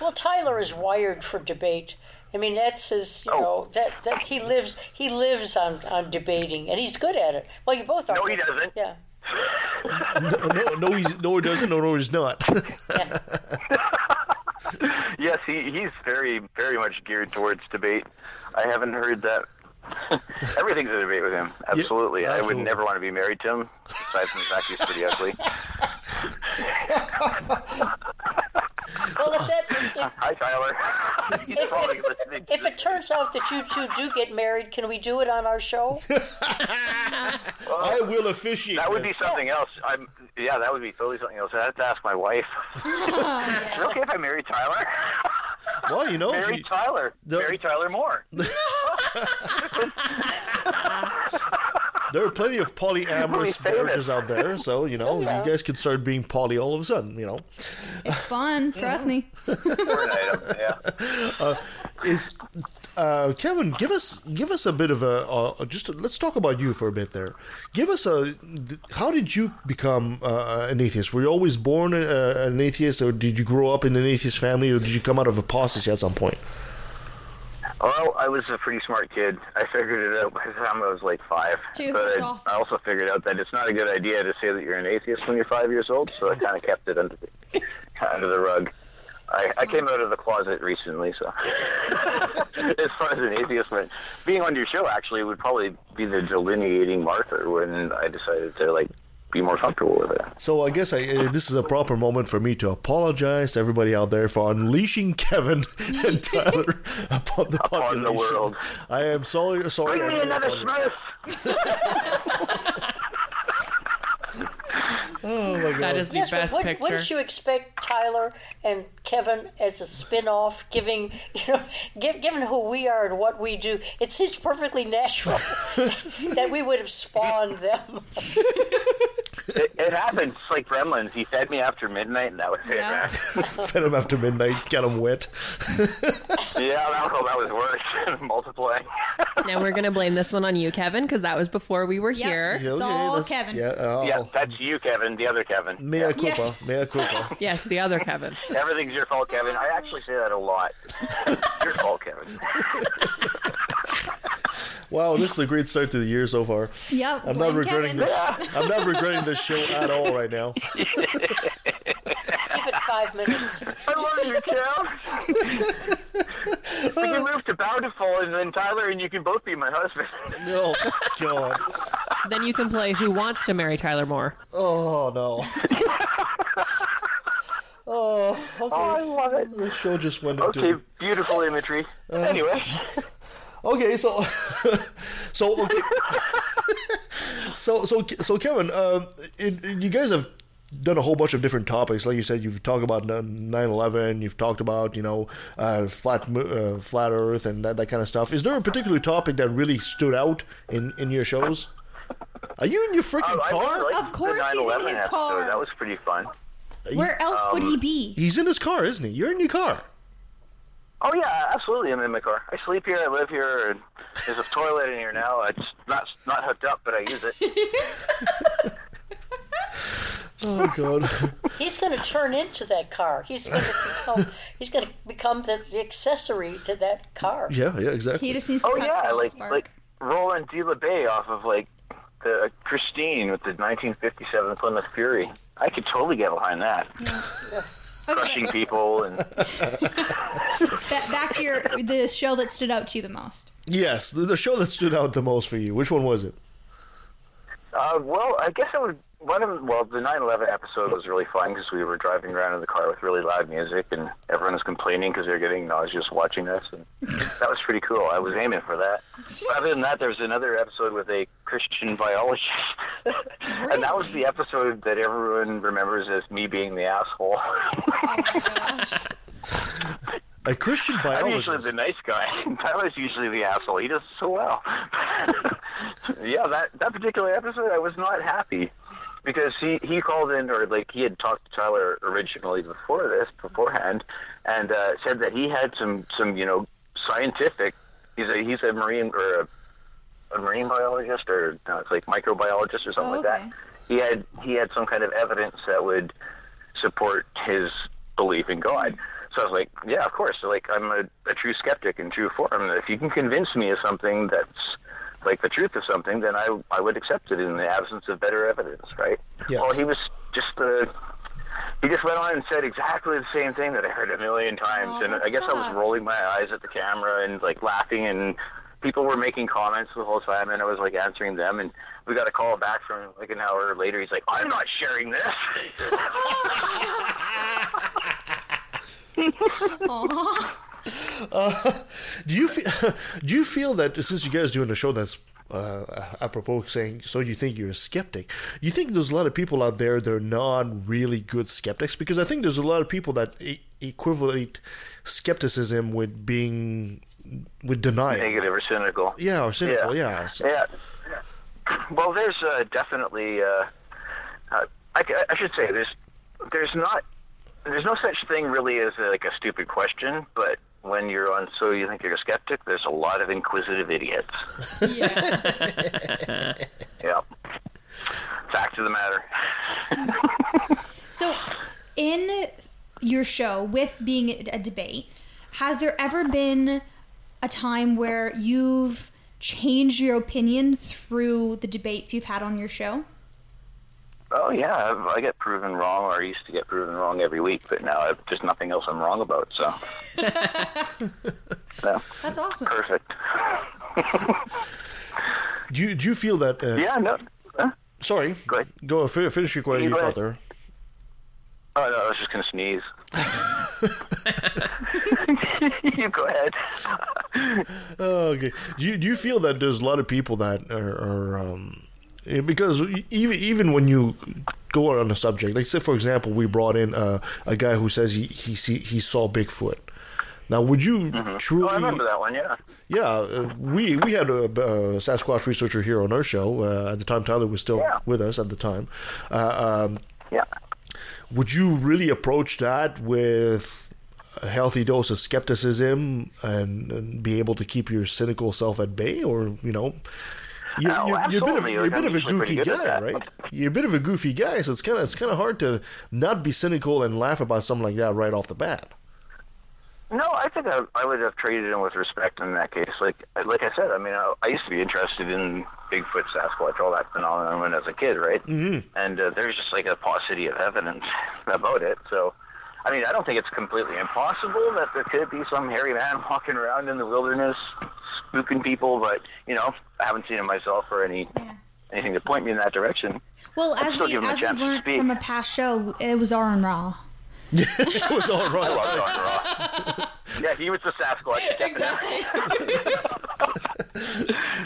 Speaker 7: Well, Tyler is wired for debate. I mean, that's his.
Speaker 14: Oh,
Speaker 7: You know, that that he lives he lives on on debating, and he's good at it. Well, you both are. No, he doesn't. Yeah.
Speaker 3: No, no, no, he's, no, it doesn't. No, no, he's not.
Speaker 14: Yes, he, he's very, very much geared towards debate. I haven't heard that. *laughs* Everything's a debate with him. Absolutely. I would
Speaker 3: absolutely.
Speaker 14: never want to be married to him, aside from the fact he's
Speaker 7: *laughs*
Speaker 14: pretty ugly.
Speaker 7: Well, if that
Speaker 14: Hi, Tyler. *laughs* he's probably listening.
Speaker 7: if it turns out that you two do get married, can we do it on our
Speaker 3: *laughs*
Speaker 7: show?
Speaker 3: *laughs* I will officiate.
Speaker 14: That would be
Speaker 7: this.
Speaker 14: something else. I'm,
Speaker 7: *laughs*
Speaker 14: yeah, *laughs* that would be totally something else. I have to ask my wife. Is it okay if I marry Tyler? *laughs*
Speaker 3: Well, you know, if
Speaker 14: Mary
Speaker 3: you-
Speaker 14: Tyler, Mary Tyler Moore.
Speaker 3: there are plenty of polyamorous marriages out there, so you know you guys could start being poly all of a sudden. You know,
Speaker 6: It's fun. Trust me.
Speaker 3: uh, is uh, Kevin? Give us give us a bit of a uh, just let's talk about you for a bit there. Give us a th- how did you become uh, an atheist? Were you always born uh, an atheist, or did you grow up in an atheist family, or did you come out of apostasy at some point?
Speaker 14: Well, I was a pretty smart kid. I figured it out by the time I was like five.
Speaker 6: Dude,
Speaker 14: but
Speaker 6: that's
Speaker 14: I,
Speaker 6: awesome.
Speaker 14: I also figured out that it's not a good idea to say that you're an atheist when you're five years old. So I kind of kept it under the under the rug. I, I came out of the closet recently, so *laughs* as far as an atheist went, being on your show actually would probably be the delineating marker when I decided to like be more comfortable with it.
Speaker 3: So I guess I, uh, this is a proper moment for me to apologize to everybody out there for unleashing Kevin *laughs* and Tyler *laughs* upon the population.
Speaker 14: world.
Speaker 3: I am sorry. sorry
Speaker 14: Bring me
Speaker 3: everybody.
Speaker 14: another Smurf.
Speaker 3: Oh my god!
Speaker 7: yes, but what, Wouldn't you expect Tyler and Kevin as a spin-off, giving *laughs* you know, give, given who we are and what we do, it seems perfectly
Speaker 3: *laughs*
Speaker 7: natural *laughs* that we would have spawned them.
Speaker 14: It, it happens. It's like Gremlins. He fed me after midnight, and that was it,
Speaker 7: Yeah.
Speaker 14: man.
Speaker 3: *laughs* Fed him after midnight. Get him wet. *laughs*
Speaker 14: Yeah, that was, that was worse. Multiplying.
Speaker 8: now we're gonna blame this one on you, Kevin, because that was before we were here.
Speaker 3: Yeah, okay, that's- Yeah, uh,
Speaker 14: yeah, that's you, Kevin. The other Kevin.
Speaker 3: Mea culpa. Mea
Speaker 14: *laughs*
Speaker 3: culpa.
Speaker 8: Yes, the other Kevin.
Speaker 14: Everything's your fault, Kevin. I actually say that a lot. your fault, Kevin.
Speaker 3: Wow, this is a great start to the year so far.
Speaker 6: Yeah,
Speaker 3: I'm not
Speaker 6: blame
Speaker 3: regretting
Speaker 6: Kevin.
Speaker 3: this. I'm not regretting this show at all right
Speaker 14: *laughs*
Speaker 3: now.
Speaker 7: Give it five minutes.
Speaker 14: I love you, Cal. we can move to Bountiful, and then Tyler and you can both be my husband. *laughs*
Speaker 3: No, God.
Speaker 8: Then you can play Who Wants to Marry Tyler Moore.
Speaker 3: Oh
Speaker 14: *laughs*
Speaker 3: no. Oh, okay. I
Speaker 14: love it.
Speaker 3: This show just went
Speaker 14: Okay,
Speaker 3: into.
Speaker 14: beautiful imagery.
Speaker 3: Uh,
Speaker 14: anyway,
Speaker 3: Okay, so, *laughs* so okay, *laughs* so so so Kevin, um, it, it- you guys have done a whole bunch of different topics. Like you said, you've talked about 9-11, you've talked about you know uh, flat mo- uh, flat Earth and that, that kind of stuff. Is there a particular topic that really stood out in in your shows? Are you in your freaking
Speaker 14: Oh, I
Speaker 3: car?
Speaker 14: really liked
Speaker 6: Of course
Speaker 14: the
Speaker 6: he's in
Speaker 14: 9/11
Speaker 6: his
Speaker 14: episode.
Speaker 6: car.
Speaker 14: That um, was pretty fun.
Speaker 6: Where else would he be?
Speaker 3: He's in his car, isn't he? You're in your car.
Speaker 14: Oh yeah, absolutely. I'm in my car. I sleep here. I live here. And there's a toilet in here now. It's not not hooked up, but I use it.
Speaker 3: Oh God. *laughs*
Speaker 7: He's going to turn into that car. He's going to become. he's going to become the accessory to that car.
Speaker 3: yeah, yeah, exactly.
Speaker 6: He just needs to
Speaker 14: Oh
Speaker 6: touch
Speaker 14: yeah,
Speaker 6: the
Speaker 14: like
Speaker 6: spark.
Speaker 14: like Roland D. LeBay off of like the uh, Christine with the 1957 Plymouth Fury. I could totally get behind that. Crushing people and
Speaker 6: Ba- back to your the show that stood out to you the most.
Speaker 14: *laughs*
Speaker 3: Yes, the, the show that stood out the most for you. Which one was it?
Speaker 14: uh, well, I guess I would. One of well, the 9/11 episode was really fun because we were driving around in the car with really loud music and everyone was complaining because they were getting nauseous watching us, and that was pretty cool. I was aiming for that. But other than that, there was another episode with a Christian biologist, *laughs* and that was the episode that everyone remembers as me being the asshole.
Speaker 3: A Christian
Speaker 14: I'm
Speaker 3: biologist.
Speaker 14: usually the nice guy. *laughs* Tyler's usually the asshole. He does so well. *laughs* yeah, that that particular episode, I was not happy because he he called in or like he had talked to Tyler originally before this beforehand, and uh, said that he had some some you know scientific. He's a he's a marine or a, a marine biologist or no, it's like microbiologist or something
Speaker 6: Oh,
Speaker 14: like that. He had he had some kind of evidence that would support his belief in God. So I was like, yeah, of course. So, like I'm a, a true skeptic in true form. If you can convince me of something that's like the truth of something, then I I would accept it in the absence of better evidence, right?
Speaker 3: Yes.
Speaker 14: Well, he was just the. he just went on and said exactly the same thing that I heard a million times,
Speaker 15: Aw,
Speaker 14: and
Speaker 15: that
Speaker 14: I guess I was
Speaker 15: sucks.
Speaker 14: rolling my eyes at the camera and like laughing, and people were making comments the whole time, and I was like answering them, and we got a call back from like an hour later. He's like, "I'm not sharing
Speaker 15: *laughs*
Speaker 14: this."
Speaker 3: Uh, do you feel, *laughs* do you feel that since you guys doing a show that's uh, apropos saying so you think you're a skeptic, you think there's a lot of people out there they're not really good skeptics because I think there's a lot of people that i- equivalent skepticism with being with denial.
Speaker 14: Negative or cynical.
Speaker 3: Yeah, or cynical, yeah.
Speaker 14: Yeah. Well, there's uh, definitely. Uh, uh, I, I should say there's there's not there's no such thing really as uh like a stupid question, but when you're on so you think you're a skeptic, there's a lot of inquisitive
Speaker 15: *laughs*
Speaker 14: idiots. Yeah. Fact of the matter.
Speaker 6: So, in your show, with being a debate, has there ever been a time where you've changed your opinion through the debates you've had on your show?
Speaker 14: Oh yeah, I've- I get proven wrong, or I used to get proven wrong every week, but now I've, there's nothing else I'm wrong about. So. no.
Speaker 6: That's awesome.
Speaker 14: Perfect.
Speaker 3: Do you, do you feel that? Uh,
Speaker 14: yeah, no.
Speaker 3: Sorry. Go ahead. Go fi- finish your question.
Speaker 14: You
Speaker 3: You
Speaker 14: go
Speaker 3: thought
Speaker 14: ahead.
Speaker 3: there.
Speaker 14: Oh no, I was just gonna sneeze. *laughs* you go ahead.
Speaker 3: Oh, okay. Do you, do you feel that there's a lot of people that are, are um, eh, because even even when you go on a subject, like say for example, we brought in uh, a guy who says he he see, he saw Bigfoot. Now, would you truly?
Speaker 14: Oh, I remember that one. Yeah.
Speaker 3: Yeah, uh, we we had a, uh Sasquatch researcher here on our show uh, at the time. Tyler was still with us at the time. Uh, um,
Speaker 14: yeah.
Speaker 3: Would you really approach that with a healthy dose of skepticism and, and be able to keep your cynical self at bay, or you know? You,
Speaker 14: Oh,
Speaker 3: are a bit of,
Speaker 14: absolutely.
Speaker 3: you're a
Speaker 14: Like,
Speaker 3: bit
Speaker 14: I'm
Speaker 3: of a
Speaker 14: usually pretty
Speaker 3: goofy
Speaker 14: good
Speaker 3: guy,
Speaker 14: at that.
Speaker 3: right? You're a bit of a goofy guy, so it's kind of it's kind of hard to not be cynical and laugh about something like that right off the bat. *laughs*
Speaker 14: No, I think I, I would have treated him with respect in that case. Like, like I said, I mean, I, I used to be interested in Bigfoot, Sasquatch, all that phenomenon when I was a kid, right?
Speaker 5: Mhm.
Speaker 14: And uh, there's just like a paucity of evidence *laughs* about it. So, I mean, I don't think it's completely impossible that there could be some hairy man walking around in the wilderness, spooking people. But you know, I haven't seen it myself or any anything to point me in that direction.
Speaker 6: Well,
Speaker 14: I'd
Speaker 6: as
Speaker 14: still
Speaker 6: we
Speaker 14: give him a
Speaker 6: as we've
Speaker 14: chance to
Speaker 6: learned
Speaker 14: speak.
Speaker 6: from a past show, it was Aaron Raw.
Speaker 3: it was all right.
Speaker 14: I love Don Ross. yeah, he was the Sasquatch. Definitely. *laughs* oh,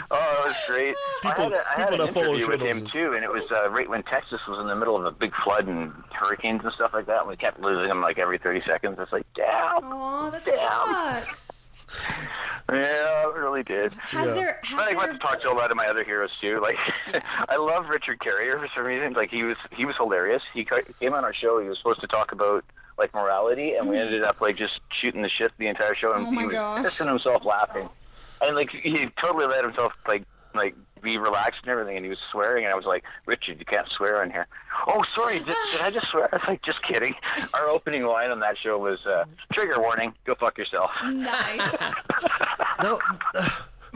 Speaker 14: that was great. I had, a, I had
Speaker 3: people
Speaker 14: an
Speaker 3: that follow
Speaker 14: interview with
Speaker 3: Shadows
Speaker 14: him too, and it was uh, right when Texas was in the middle of a big flood and hurricanes and stuff like that. And we kept losing him like every thirty seconds. It's like, damn,
Speaker 6: Aw, that sucks.
Speaker 14: yeah, it really did.
Speaker 6: Has Yeah. there- has
Speaker 14: but I got to talk to a lot of my other heroes too. Like, *laughs* I love Richard Carrier for some reason. Like, he was he was hilarious. He ca- came on our show. He was supposed to talk about like morality, and we
Speaker 5: Mhm.
Speaker 14: ended up like just shooting the shit the entire show, and
Speaker 5: Oh
Speaker 14: he
Speaker 5: my
Speaker 14: was
Speaker 5: gosh.
Speaker 14: *laughs* pissing himself laughing, and like he totally let himself like like be relaxed and everything, and he was swearing, and I was like, Richard, you can't swear on here. Oh, sorry, did, did I just swear? I was like, just kidding. Our opening line on that show was uh, trigger warning, go fuck yourself.
Speaker 6: Nice.
Speaker 3: No. *sighs*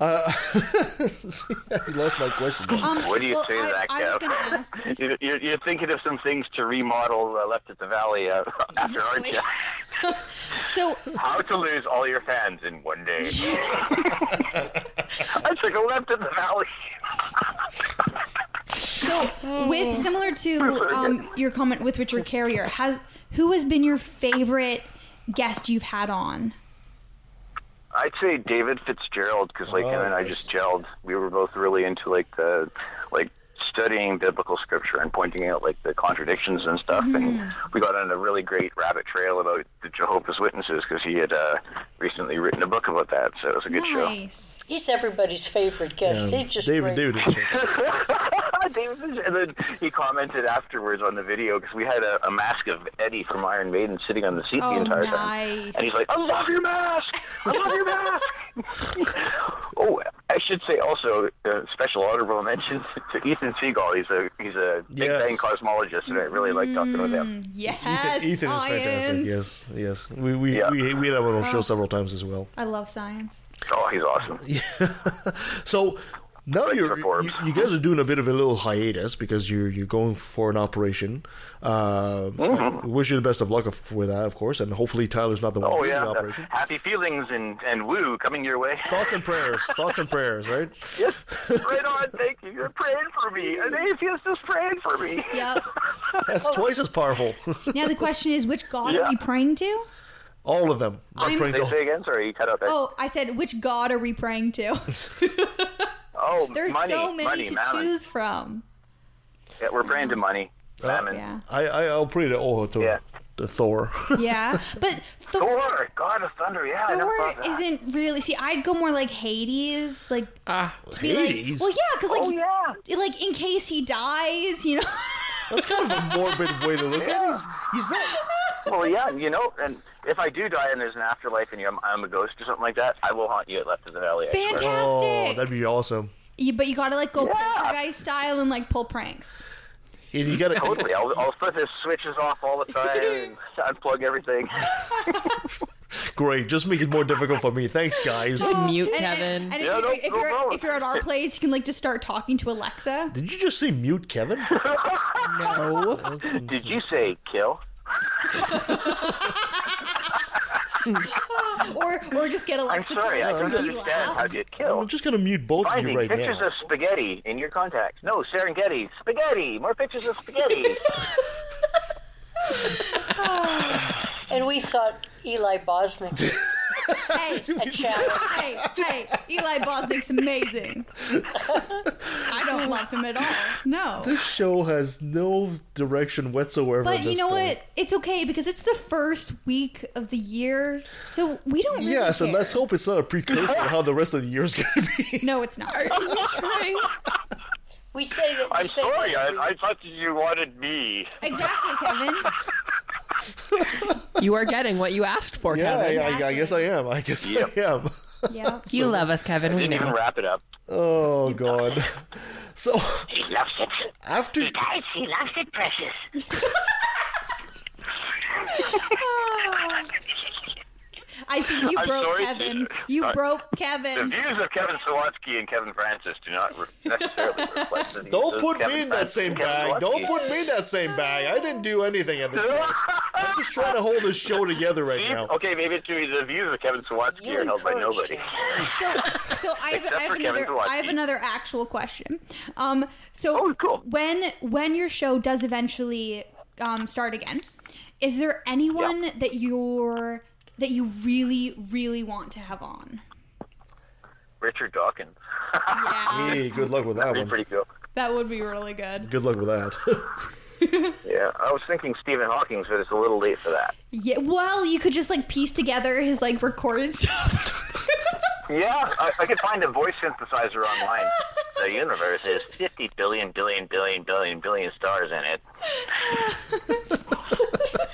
Speaker 3: Uh, *laughs* you lost my question. there.
Speaker 6: Um,
Speaker 14: what do you say to that,
Speaker 6: I was
Speaker 14: Kev?
Speaker 6: gonna ask.
Speaker 14: You're- You're, you're thinking of some things to remodel uh, left at the valley uh, after, aren't you?
Speaker 6: So
Speaker 14: How to lose all your fans in one *laughs* day. I took a left at the valley.
Speaker 6: So,
Speaker 3: Oh.
Speaker 6: with similar to um, your comment with Richard Carrier, has who has been your favorite guest you've had on?
Speaker 14: I'd say David Fitzgerald because like him and I just gelled. We were both really into like the like studying biblical scripture and pointing out like the contradictions and stuff. And we got on a really great rabbit trail about the Jehovah's Witnesses because he had uh, recently written a book about that. So it was a good show.
Speaker 6: Nice.
Speaker 7: He's everybody's favorite guest. He's just great.
Speaker 14: David Fisher- and then he commented afterwards on the video because we had a, a mask of Eddie from Iron Maiden sitting on the seat
Speaker 5: Oh,
Speaker 14: the entire time,
Speaker 5: nice.
Speaker 14: and he's like, "I love your mask. *laughs* I love your mask." *laughs* oh, I should say also uh, special honorable mentions *laughs* to Ethan Seagal. He's a he's a Big
Speaker 3: Yes.
Speaker 14: Bang cosmologist, and I really like talking about him.
Speaker 6: Yes,
Speaker 3: Ethan is fantastic.
Speaker 6: science. Oh.
Speaker 3: Yes, yes. We we we, we had him on our show several times as well.
Speaker 6: I love science.
Speaker 14: Oh, he's awesome.
Speaker 3: So now you're, you you guys are doing a bit of a little hiatus because you're you're going for an operation. Uh, I wish you the best of luck of, with that, of course, and hopefully Tyler's not the one
Speaker 14: Mm-hmm. Oh
Speaker 3: doing
Speaker 14: yeah,
Speaker 3: the
Speaker 14: the
Speaker 3: operation.
Speaker 14: happy feelings and and woo coming your way.
Speaker 3: Thoughts and
Speaker 14: *laughs*
Speaker 3: prayers. Thoughts and prayers, right?
Speaker 14: right on, thank you. You're praying for me. An atheist is praying for me.
Speaker 6: Yep.
Speaker 3: That's twice as powerful. *laughs*
Speaker 6: Now the question is, which god
Speaker 14: Yeah.
Speaker 6: are we praying to?
Speaker 3: All of them. Not
Speaker 6: I'm-
Speaker 3: praying
Speaker 14: Say,
Speaker 3: to-
Speaker 14: say again, sorry, you cut out there.
Speaker 6: Oh, I said, which god are we praying to?
Speaker 14: *laughs* Oh,
Speaker 6: *laughs* There's
Speaker 14: money,
Speaker 6: so many
Speaker 14: money,
Speaker 6: to
Speaker 14: mammon.
Speaker 6: choose from.
Speaker 3: Uh,
Speaker 14: Yeah, we're praying to money, mammon.
Speaker 3: I, I I'll pray to oh to the Thor. *laughs*
Speaker 6: yeah,
Speaker 14: *laughs*
Speaker 6: but Thor,
Speaker 14: God of Thunder, yeah.
Speaker 6: Thor isn't really. See, I'd go more like Hades, like to be like,
Speaker 3: Hades?
Speaker 6: well, yeah, because like,
Speaker 14: Oh,
Speaker 6: like in case he dies, you
Speaker 14: *laughs*
Speaker 6: know.
Speaker 3: That's kind of a morbid way to look at it. He's not.
Speaker 14: *laughs* Well, yeah, you know, and if I do die and there's an afterlife and you, I'm, I'm a ghost or something like that, I will haunt you at Left of the Valley. I swear.
Speaker 6: Fantastic.
Speaker 3: Oh, that'd be awesome.
Speaker 6: You, but you gotta like go poltergeist style and like pull pranks.
Speaker 3: And you gotta
Speaker 14: totally. I'll, I'll put the switches off all
Speaker 3: *laughs*
Speaker 14: the time and unplug everything.
Speaker 3: Great. Just make it more difficult for me. Thanks, guys.
Speaker 8: mute
Speaker 6: and,
Speaker 8: Kevin.
Speaker 6: And, and
Speaker 3: Yeah,
Speaker 6: if,
Speaker 3: no-
Speaker 6: you if
Speaker 3: no
Speaker 6: you're
Speaker 3: problem.
Speaker 6: if you're at our place, you can like just start talking to Alexa.
Speaker 3: Did you just say mute, Kevin?
Speaker 8: no.
Speaker 14: Did you say kill?
Speaker 6: or or just get Alexa.
Speaker 14: *laughs* I'm *laughs* sorry,
Speaker 6: to,
Speaker 14: I
Speaker 6: like,
Speaker 14: don't
Speaker 6: read
Speaker 14: understand
Speaker 6: out.
Speaker 14: how do you kill.
Speaker 3: I'm just gonna mute both of
Speaker 14: Finding
Speaker 3: you right
Speaker 14: pictures
Speaker 3: now.
Speaker 14: of spaghetti in your contacts. No, Serengeti. Spaghetti. More pictures of
Speaker 6: *laughs*
Speaker 14: spaghetti.
Speaker 7: and we thought Eli Bosnick.
Speaker 3: *laughs*
Speaker 6: hey,
Speaker 7: a challenge.
Speaker 6: hey, hey, Eli Bosnick's amazing. I don't love him at all. No.
Speaker 3: Oh. This show has no direction whatsoever.
Speaker 6: But
Speaker 3: at
Speaker 6: you
Speaker 3: this
Speaker 6: know
Speaker 3: point.
Speaker 6: what? It's okay because it's the first week of the year, so we don't. Really
Speaker 3: Yes, and
Speaker 6: care.
Speaker 3: let's hope it's not a precursor to how the rest of the year's *laughs* gonna be.
Speaker 6: No, it's
Speaker 3: *laughs*
Speaker 6: not.
Speaker 3: Oh,
Speaker 14: *laughs*
Speaker 7: We say that.
Speaker 14: I'm sorry, I, I thought you wanted me.
Speaker 6: Exactly, Kevin.
Speaker 8: You are getting what you asked for,
Speaker 3: Yeah,
Speaker 8: Kevin.
Speaker 3: yeah, I, I guess I am. I guess I am.
Speaker 6: Yeah.
Speaker 8: You love us, Kevin. We know.
Speaker 14: wrap it up.
Speaker 3: Oh god. So
Speaker 14: He loves it.
Speaker 3: After
Speaker 14: he dies, he loves it, precious.
Speaker 6: I think you
Speaker 14: I'm
Speaker 6: broke
Speaker 14: sorry,
Speaker 6: Kevin.
Speaker 14: Susan.
Speaker 6: You
Speaker 14: Sorry.
Speaker 6: broke
Speaker 14: The
Speaker 6: Kevin.
Speaker 14: views of Kevin Sawatsky and Kevin Francis do not re- necessarily reflect the views
Speaker 3: Don't
Speaker 14: of
Speaker 3: put
Speaker 14: Kevin
Speaker 3: me in that
Speaker 14: Francis
Speaker 3: same
Speaker 14: and Kevin
Speaker 3: bag.
Speaker 14: Sawatsky.
Speaker 3: Don't put me in that same bag. I didn't do anything at this point. I'm just trying to hold this show together right
Speaker 14: *laughs* See?
Speaker 3: now.
Speaker 14: Okay, maybe it's the views of Kevin Sawatsky are held by nobody.
Speaker 6: So I have, I have
Speaker 14: for Kevin
Speaker 6: another.
Speaker 14: Zawatsky.
Speaker 6: I have another actual question. Um. So
Speaker 14: oh,
Speaker 6: when when your show does eventually um, start again, is there anyone that you're that you really really want to have on?
Speaker 14: Richard Dawkins. *laughs*
Speaker 3: Hey, good luck with that
Speaker 14: That'd be
Speaker 3: one.
Speaker 14: pretty cool.
Speaker 6: That would be really good.
Speaker 3: Good luck with that. *laughs*
Speaker 14: Yeah, I was thinking Stephen Hawking's, but it's a little late for that.
Speaker 6: Yeah. Well, you could just like piece together his like recorded *laughs* stuff.
Speaker 14: Yeah, I, I could find a voice synthesizer
Speaker 6: *laughs*
Speaker 14: online. The universe has 50 billion, billion, billion, billion, billion stars in it.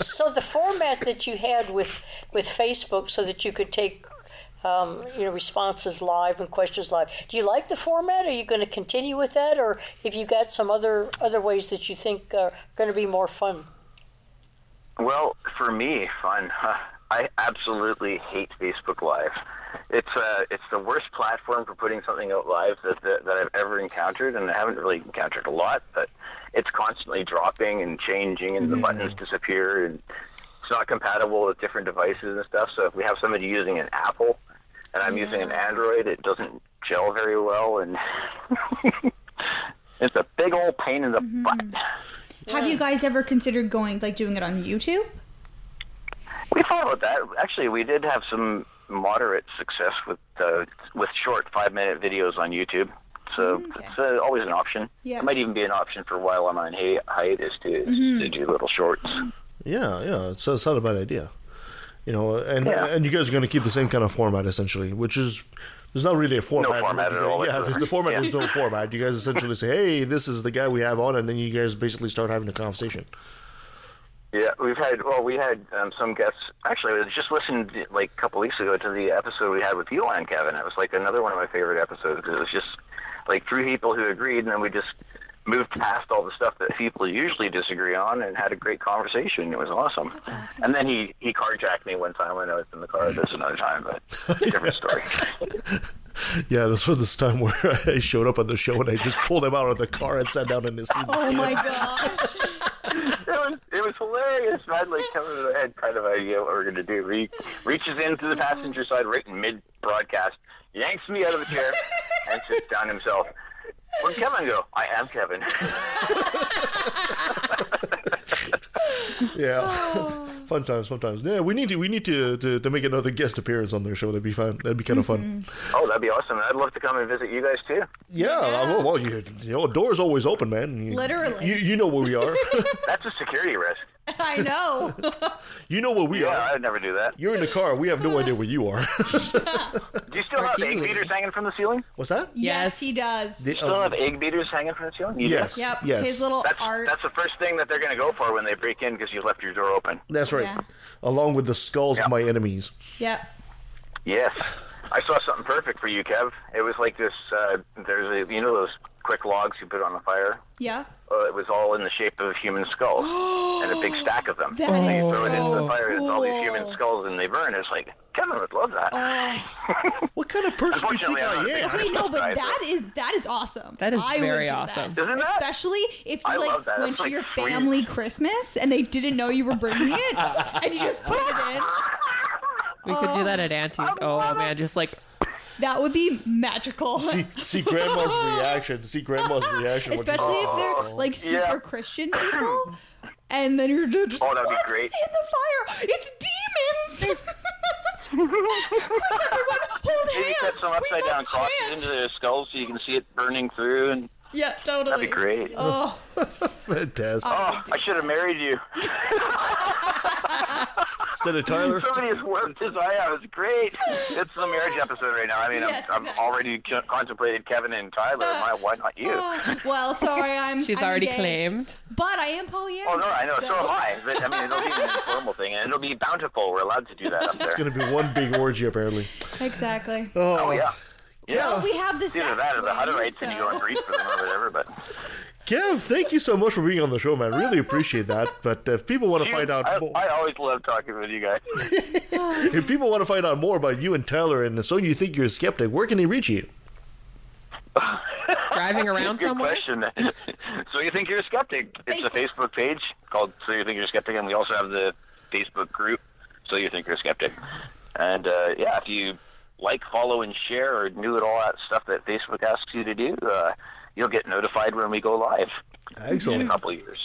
Speaker 7: So the format that you had with with Facebook, so that you could take. Um, you know, responses live and questions live. Do you like the format? Are you going to continue with that, or have you got some other other ways that you think are going to be more fun?
Speaker 14: Well, for me, fun. I absolutely hate Facebook Live. It's uh, it's the worst platform for putting something out live that, that that I've ever encountered, and I haven't really encountered a lot. But it's constantly dropping and changing, and the buttons disappear, and it's not compatible with different devices and stuff. So if we have somebody using an Apple, and I'm using an Android, it doesn't gel very well, and it's a big old pain in the butt.
Speaker 6: Have you guys ever considered going like doing it on YouTube?
Speaker 14: We thought about that. Actually, we did have some moderate success with uh, with short five minute videos on YouTube. So it's uh, always an option.
Speaker 6: Yeah. Mm-hmm.
Speaker 14: It might even be an option for while I'm on hi- hiatus to, to do little shorts.
Speaker 3: Yeah, yeah. It's, it's not a bad idea. You know, and
Speaker 14: Yeah.
Speaker 3: and you guys are going to keep the same kind of format essentially, which is there's not really a format.
Speaker 14: format at all
Speaker 3: Yeah, there's- the format
Speaker 14: whatsoever.
Speaker 3: is no format. You guys essentially say, "Hey, this is the guy we have on," and then you guys basically start having a conversation.
Speaker 14: Yeah, we've had well, we had um, some guests. Actually, I just listened like a couple weeks ago to the episode we had with you and Kevin. It was like another one of my favorite episodes. It was just like three people who agreed, and then we just moved past all the stuff that people usually disagree on and had a great conversation. It was awesome. And then he he carjacked me one time when I was in the car. That's another time, but it's a different
Speaker 6: *laughs*
Speaker 14: story.
Speaker 3: Yeah, this was this time where *laughs* I showed up on the show and I just pulled him out of the car and sat down in his seat.
Speaker 6: Oh my *laughs* god.
Speaker 14: it was it was hilarious, man. Like Kevin and I had kind of idea what we were gonna do. He reaches into the passenger side right in mid broadcast, yanks me out of the chair, and sits down himself. Where'd Kevin go? I am Kevin.
Speaker 3: Yeah, *laughs* fun times, fun times. Yeah, we need to we need to, to to make another guest appearance on their show. That'd be fun. That'd be kind of fun.
Speaker 14: oh, that'd be awesome. I'd love to come and visit you guys too.
Speaker 3: Yeah, well, well you, you know, door's always open, man. You-
Speaker 14: Literally.
Speaker 3: You, you know where we are.
Speaker 14: That's a security risk.
Speaker 6: I know.
Speaker 3: You know what we
Speaker 14: Yeah,
Speaker 3: are.
Speaker 14: I would never do that.
Speaker 3: You're in the car. We have
Speaker 6: Uh-huh.
Speaker 3: no idea where you are. *laughs*
Speaker 14: Do you still have egg beaters hanging from the ceiling?
Speaker 3: What's that?
Speaker 6: Yes, he does.
Speaker 14: Do you still have egg beaters hanging from the ceiling? You do?
Speaker 3: Yes, Yep, yes. his
Speaker 6: little
Speaker 14: that's,
Speaker 6: art.
Speaker 14: That's the first thing that they're going to go for when they break in because you left your door open.
Speaker 3: That's right. Along with the skulls of my enemies.
Speaker 6: Yep.
Speaker 14: Yes. I saw something perfect for you, Kev. It was like this. Uh, there's a you know those quick logs you put on the fire.
Speaker 6: Yeah.
Speaker 14: Uh, it was all in the shape of human
Speaker 6: *gasps*
Speaker 14: skulls and a big stack of them.
Speaker 6: That
Speaker 14: and
Speaker 6: is
Speaker 14: you throw it into
Speaker 6: so
Speaker 14: the fire, and it's all these human
Speaker 6: cool. Oh,
Speaker 14: skulls, and they burn. It's like Kevin would love that.
Speaker 3: what kind of person do you think I am?
Speaker 6: Wait, no, but that is that is awesome.
Speaker 3: That is
Speaker 6: I would
Speaker 3: very
Speaker 6: do
Speaker 3: awesome.
Speaker 6: That.
Speaker 3: Isn't that-
Speaker 6: Especially if you
Speaker 14: I
Speaker 6: like
Speaker 14: love that.
Speaker 6: went
Speaker 14: That's,
Speaker 6: to
Speaker 14: like,
Speaker 6: your
Speaker 14: sweet.
Speaker 6: family Christmas and they didn't know you were bringing it, and you just put it in.
Speaker 8: We could do that at Auntie's. Oh man, just like
Speaker 6: That would be magical.
Speaker 3: *laughs* see,
Speaker 6: *laughs*
Speaker 3: see grandma's reaction. See grandma's reaction. when she "Oh,
Speaker 6: Especially
Speaker 3: sees
Speaker 6: if
Speaker 3: the
Speaker 6: they're
Speaker 3: skull.
Speaker 6: like super Christian people, and then you're ju- just
Speaker 3: Oh, that'd be
Speaker 6: "What's
Speaker 3: great.
Speaker 6: in the fire. It's
Speaker 14: *laughs*
Speaker 6: demons. *laughs* Quick, everyone, hold
Speaker 14: Maybe
Speaker 6: hands.
Speaker 14: cut some upside down crosses into their skulls so you can see it burning through. And
Speaker 6: Yeah, totally.
Speaker 14: that'd be great.
Speaker 6: Oh,
Speaker 3: Fantastic.
Speaker 14: Oh, I should have married you. *laughs*
Speaker 3: Instead of Tyler?
Speaker 14: Somebody has worked his eye out. It's great. It's the marriage episode right now. I mean,
Speaker 6: Yes,
Speaker 14: I'm, I'm already co- contemplated Kevin and Tyler. Why, why not you?
Speaker 6: oh, *laughs* well, sorry, I'm.
Speaker 8: she's
Speaker 6: I'm
Speaker 8: already
Speaker 6: engaged.
Speaker 8: claimed.
Speaker 6: But I am polyamorous.
Speaker 14: Oh, no, I know. So
Speaker 6: so-
Speaker 14: am I. But, I mean, it'll be an informal thing, and it'll be bountiful. We're allowed to do that up
Speaker 3: It's
Speaker 14: there.
Speaker 3: going to be one big orgy, apparently.
Speaker 6: *laughs*
Speaker 14: *laughs*
Speaker 6: Exactly.
Speaker 3: Oh,
Speaker 14: yeah. Yeah.
Speaker 6: Well, we have this.
Speaker 14: It's either that or the Hutterites, and you go
Speaker 6: so-
Speaker 14: and grief for them or whatever. But
Speaker 3: Kev, thank you so much for being on the show, man. Really appreciate that. But if people want to
Speaker 14: You-
Speaker 3: find out
Speaker 14: I,
Speaker 3: more,
Speaker 14: I always love talking with
Speaker 3: *laughs*
Speaker 14: you guys.
Speaker 3: if people want to find out more about you and Tyler, and so you think you're a skeptic, where can they reach you?
Speaker 14: *laughs*
Speaker 8: Driving around
Speaker 14: Good
Speaker 8: somewhere?
Speaker 14: question. *laughs* so you think you're a skeptic? It's a Facebook page called "So You Think You're a Skeptic," and we also have the Facebook group "So You Think You're a Skeptic." And uh, yeah, if you like, follow, and share, or do it all that stuff that Facebook asks you to do, uh, you'll get notified when we go live.
Speaker 3: Excellent.
Speaker 14: In a couple of years.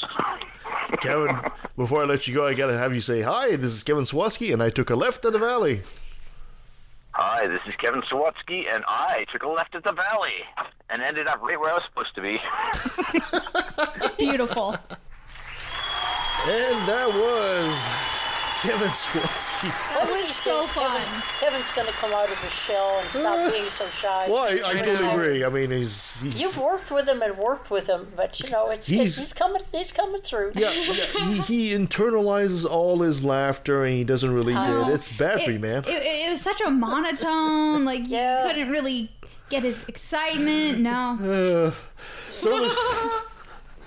Speaker 3: *laughs* Kevin, before I let you go, I got to have you say, Hi, this is Kevin Swatsky, and I took a left at the valley.
Speaker 14: Hi, this is Kevin Sawatsky, and I took a left at the valley and ended up right where I was supposed to be. *laughs*
Speaker 6: Beautiful.
Speaker 3: And that was Kevin Swatsky.
Speaker 7: That was so fun. Kevin's going to come out of his shell and *laughs* stop being so shy.
Speaker 3: Well, I, I
Speaker 7: You
Speaker 3: totally
Speaker 7: know,
Speaker 3: agree. I mean, he's. he's
Speaker 7: You've worked with him and worked with him, but you know it's
Speaker 3: He's-
Speaker 7: he's, he's coming he's coming through.
Speaker 3: yeah, yeah, he, he internalizes all his laughter and he doesn't release
Speaker 6: Oh.
Speaker 3: it. It's bad for you, man.
Speaker 6: It, it, it was such a monotone. Like you couldn't really get his excitement. No.
Speaker 3: Uh, so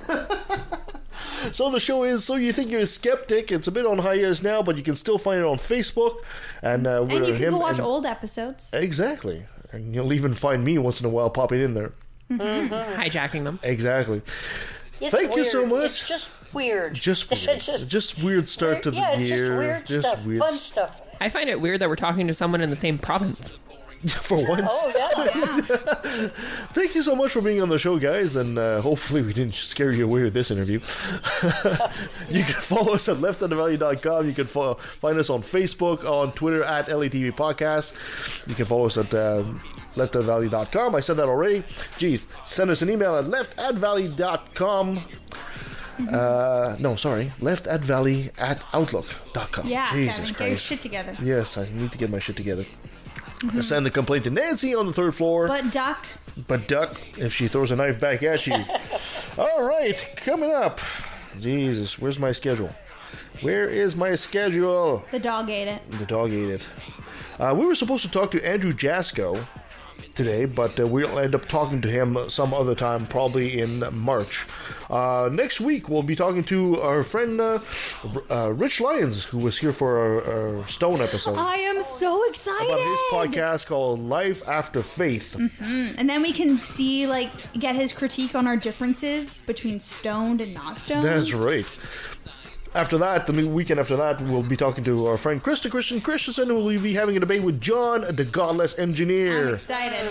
Speaker 3: the, *laughs* so the show is so you think you're a skeptic. It's a bit on hiatus now, but you can still find it on Facebook, and uh,
Speaker 6: and you can
Speaker 3: him
Speaker 6: go watch
Speaker 3: and-
Speaker 6: old episodes.
Speaker 3: exactly, and you'll even find me once in a while popping in there.
Speaker 8: Hijacking them.
Speaker 3: Exactly.
Speaker 7: It's
Speaker 3: Thank you so
Speaker 7: weird.
Speaker 3: much.
Speaker 7: It's just weird.
Speaker 3: Just
Speaker 7: It's
Speaker 3: weird.
Speaker 7: just-
Speaker 3: just, weird start to the
Speaker 7: yeah, it's
Speaker 3: year.
Speaker 7: just weird stuff, fun stuff.
Speaker 8: I find it weird that we're talking to someone in the same province.
Speaker 3: For once.
Speaker 7: Oh yeah.
Speaker 3: Thank you so much for being on the show, guys, and uh, hopefully we didn't scare you away with this interview. *laughs* you can follow us at leftandthevalley.com. You can follow, find us on Facebook, on Twitter at LETV Podcast. You can follow us at um, leftandthevalley.com. I said that already. Jeez. Send us an email at leftandvalley.com.
Speaker 6: Mm-hmm.
Speaker 3: Uh, no, sorry. Left at valley at outlook.com.
Speaker 6: yeah, Kevin,
Speaker 3: Jesus
Speaker 6: get your
Speaker 3: Christ.
Speaker 6: shit together.
Speaker 3: Yes, I need to get my shit together.
Speaker 6: Mhm.
Speaker 3: Send the complaint to Nancy on the third floor.
Speaker 6: But duck.
Speaker 3: But duck, if she throws a knife back at you. All right, coming up. Jesus, where's my schedule? Where is my schedule?
Speaker 6: The dog ate it.
Speaker 3: The dog ate it. Uh, we were supposed to talk to Andrew Jasko today, but uh, we'll end up talking to him some other time, probably in March. Uh, next week, we'll be talking to our friend uh, R- uh, Rich Lyons, who was here for our, our Stone episode.
Speaker 6: I am so
Speaker 3: about
Speaker 6: excited.
Speaker 3: his podcast called Life After Faith.
Speaker 6: Mhm. And then we can see, like, get his critique on our differences between stoned and not stoned.
Speaker 3: That's right. After that, the weekend after that, we'll be talking to our friend Krista Christian Christensen, who will be having a debate with John, the Godless Engineer.
Speaker 6: Excited.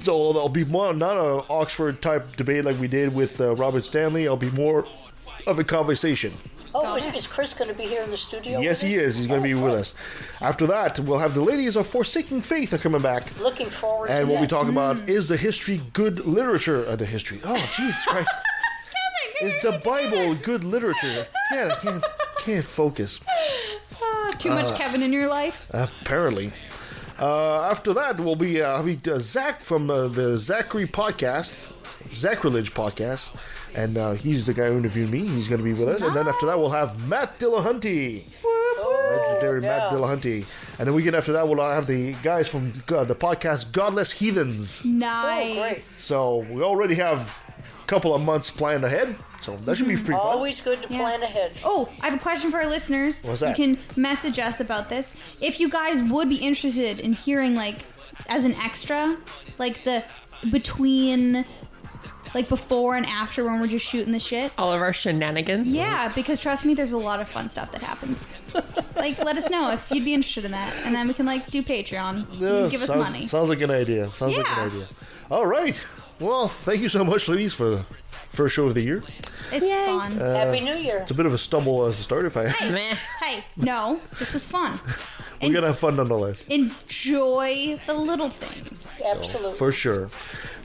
Speaker 3: so it'll be more not an Oxford type debate like we did with uh, Robert Stanley. It'll be more of a conversation.
Speaker 7: Oh, *laughs* is, is Chris going to be here in the studio?
Speaker 3: yes, he is. He's going to be with us. After that, we'll have the ladies of Forsaking Faith are coming back.
Speaker 7: Looking forward.
Speaker 3: And
Speaker 7: to
Speaker 3: what
Speaker 7: that.
Speaker 3: uh, we talk about is the history good literature of the history. Oh, Jesus Christ.
Speaker 6: Kevin,
Speaker 3: Is the Bible good literature? Yeah, I can't, can't focus.
Speaker 6: Ah, too much
Speaker 3: Uh,
Speaker 6: Kevin in your life.
Speaker 3: Apparently. Uh, after that, we'll be uh, having uh, Zach from uh, the Zachary podcast, Zacrilege podcast, and uh, he's the guy who interviewed me. He's going to be with us, and then after that, we'll have Matt Dillahunty, legendary Matt Dillahunty, and the weekend after that, we'll have the guys from uh, the podcast Godless Heathens.
Speaker 6: Nice.
Speaker 3: So we already have a couple of months planned ahead, so that should be pretty fun.
Speaker 7: Always good to plan ahead.
Speaker 6: Oh, I have a question for our listeners.
Speaker 3: What's that?
Speaker 6: You can message us about this. If you guys would be interested in hearing, like, as an extra, like the between, like before and after when we're just shooting the shit.
Speaker 8: All of our shenanigans.
Speaker 6: Yeah, because trust me, there's a lot of fun stuff that
Speaker 3: *laughs*
Speaker 6: happens. like, let us know if you'd be interested in that, and then we can like do Patreon. You
Speaker 3: Yeah,
Speaker 6: can give us
Speaker 3: sounds,
Speaker 6: money.
Speaker 3: Sounds like an idea. Sounds like
Speaker 6: Yeah.
Speaker 3: an idea. All right. Well, thank you so much, ladies, for the first show of the year.
Speaker 6: It's fun.
Speaker 3: Uh, It's a bit of a stumble as a start. If I *laughs*
Speaker 6: Hey, hey, no, this was fun.
Speaker 3: we're gonna have fun nonetheless,
Speaker 6: Enjoy the little things. Absolutely.
Speaker 3: for sure.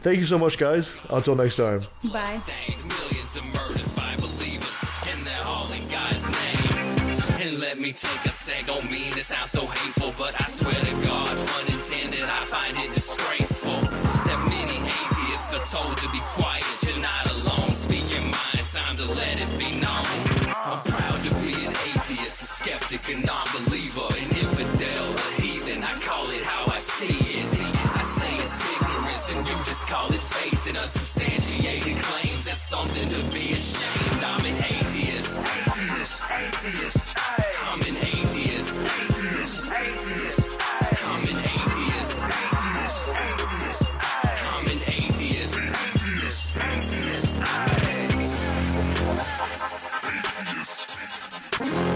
Speaker 3: Thank you so much, guys. Until next time.
Speaker 6: Bye.
Speaker 5: millions of murders by believers, and they're all in God's name. And let me take a sec, don't mean to sound so hateful, but I swear to God, pun intended, I find it disgraceful that many atheists are told to be quiet. You're not alone, speak your mind, time to let it be known. I'm proud to be an atheist, a skeptic, a non believer, an infidel, a heathen. I call it how I see it. I say it's ignorance, and you just call it faith and unsubstantiated claims. That's something to be ashamed. I'm an atheist. Atheist, atheist. I'm an atheist. Atheist, atheist. I'm an atheist. Atheist, atheist. I'm an atheist. Atheist, atheist.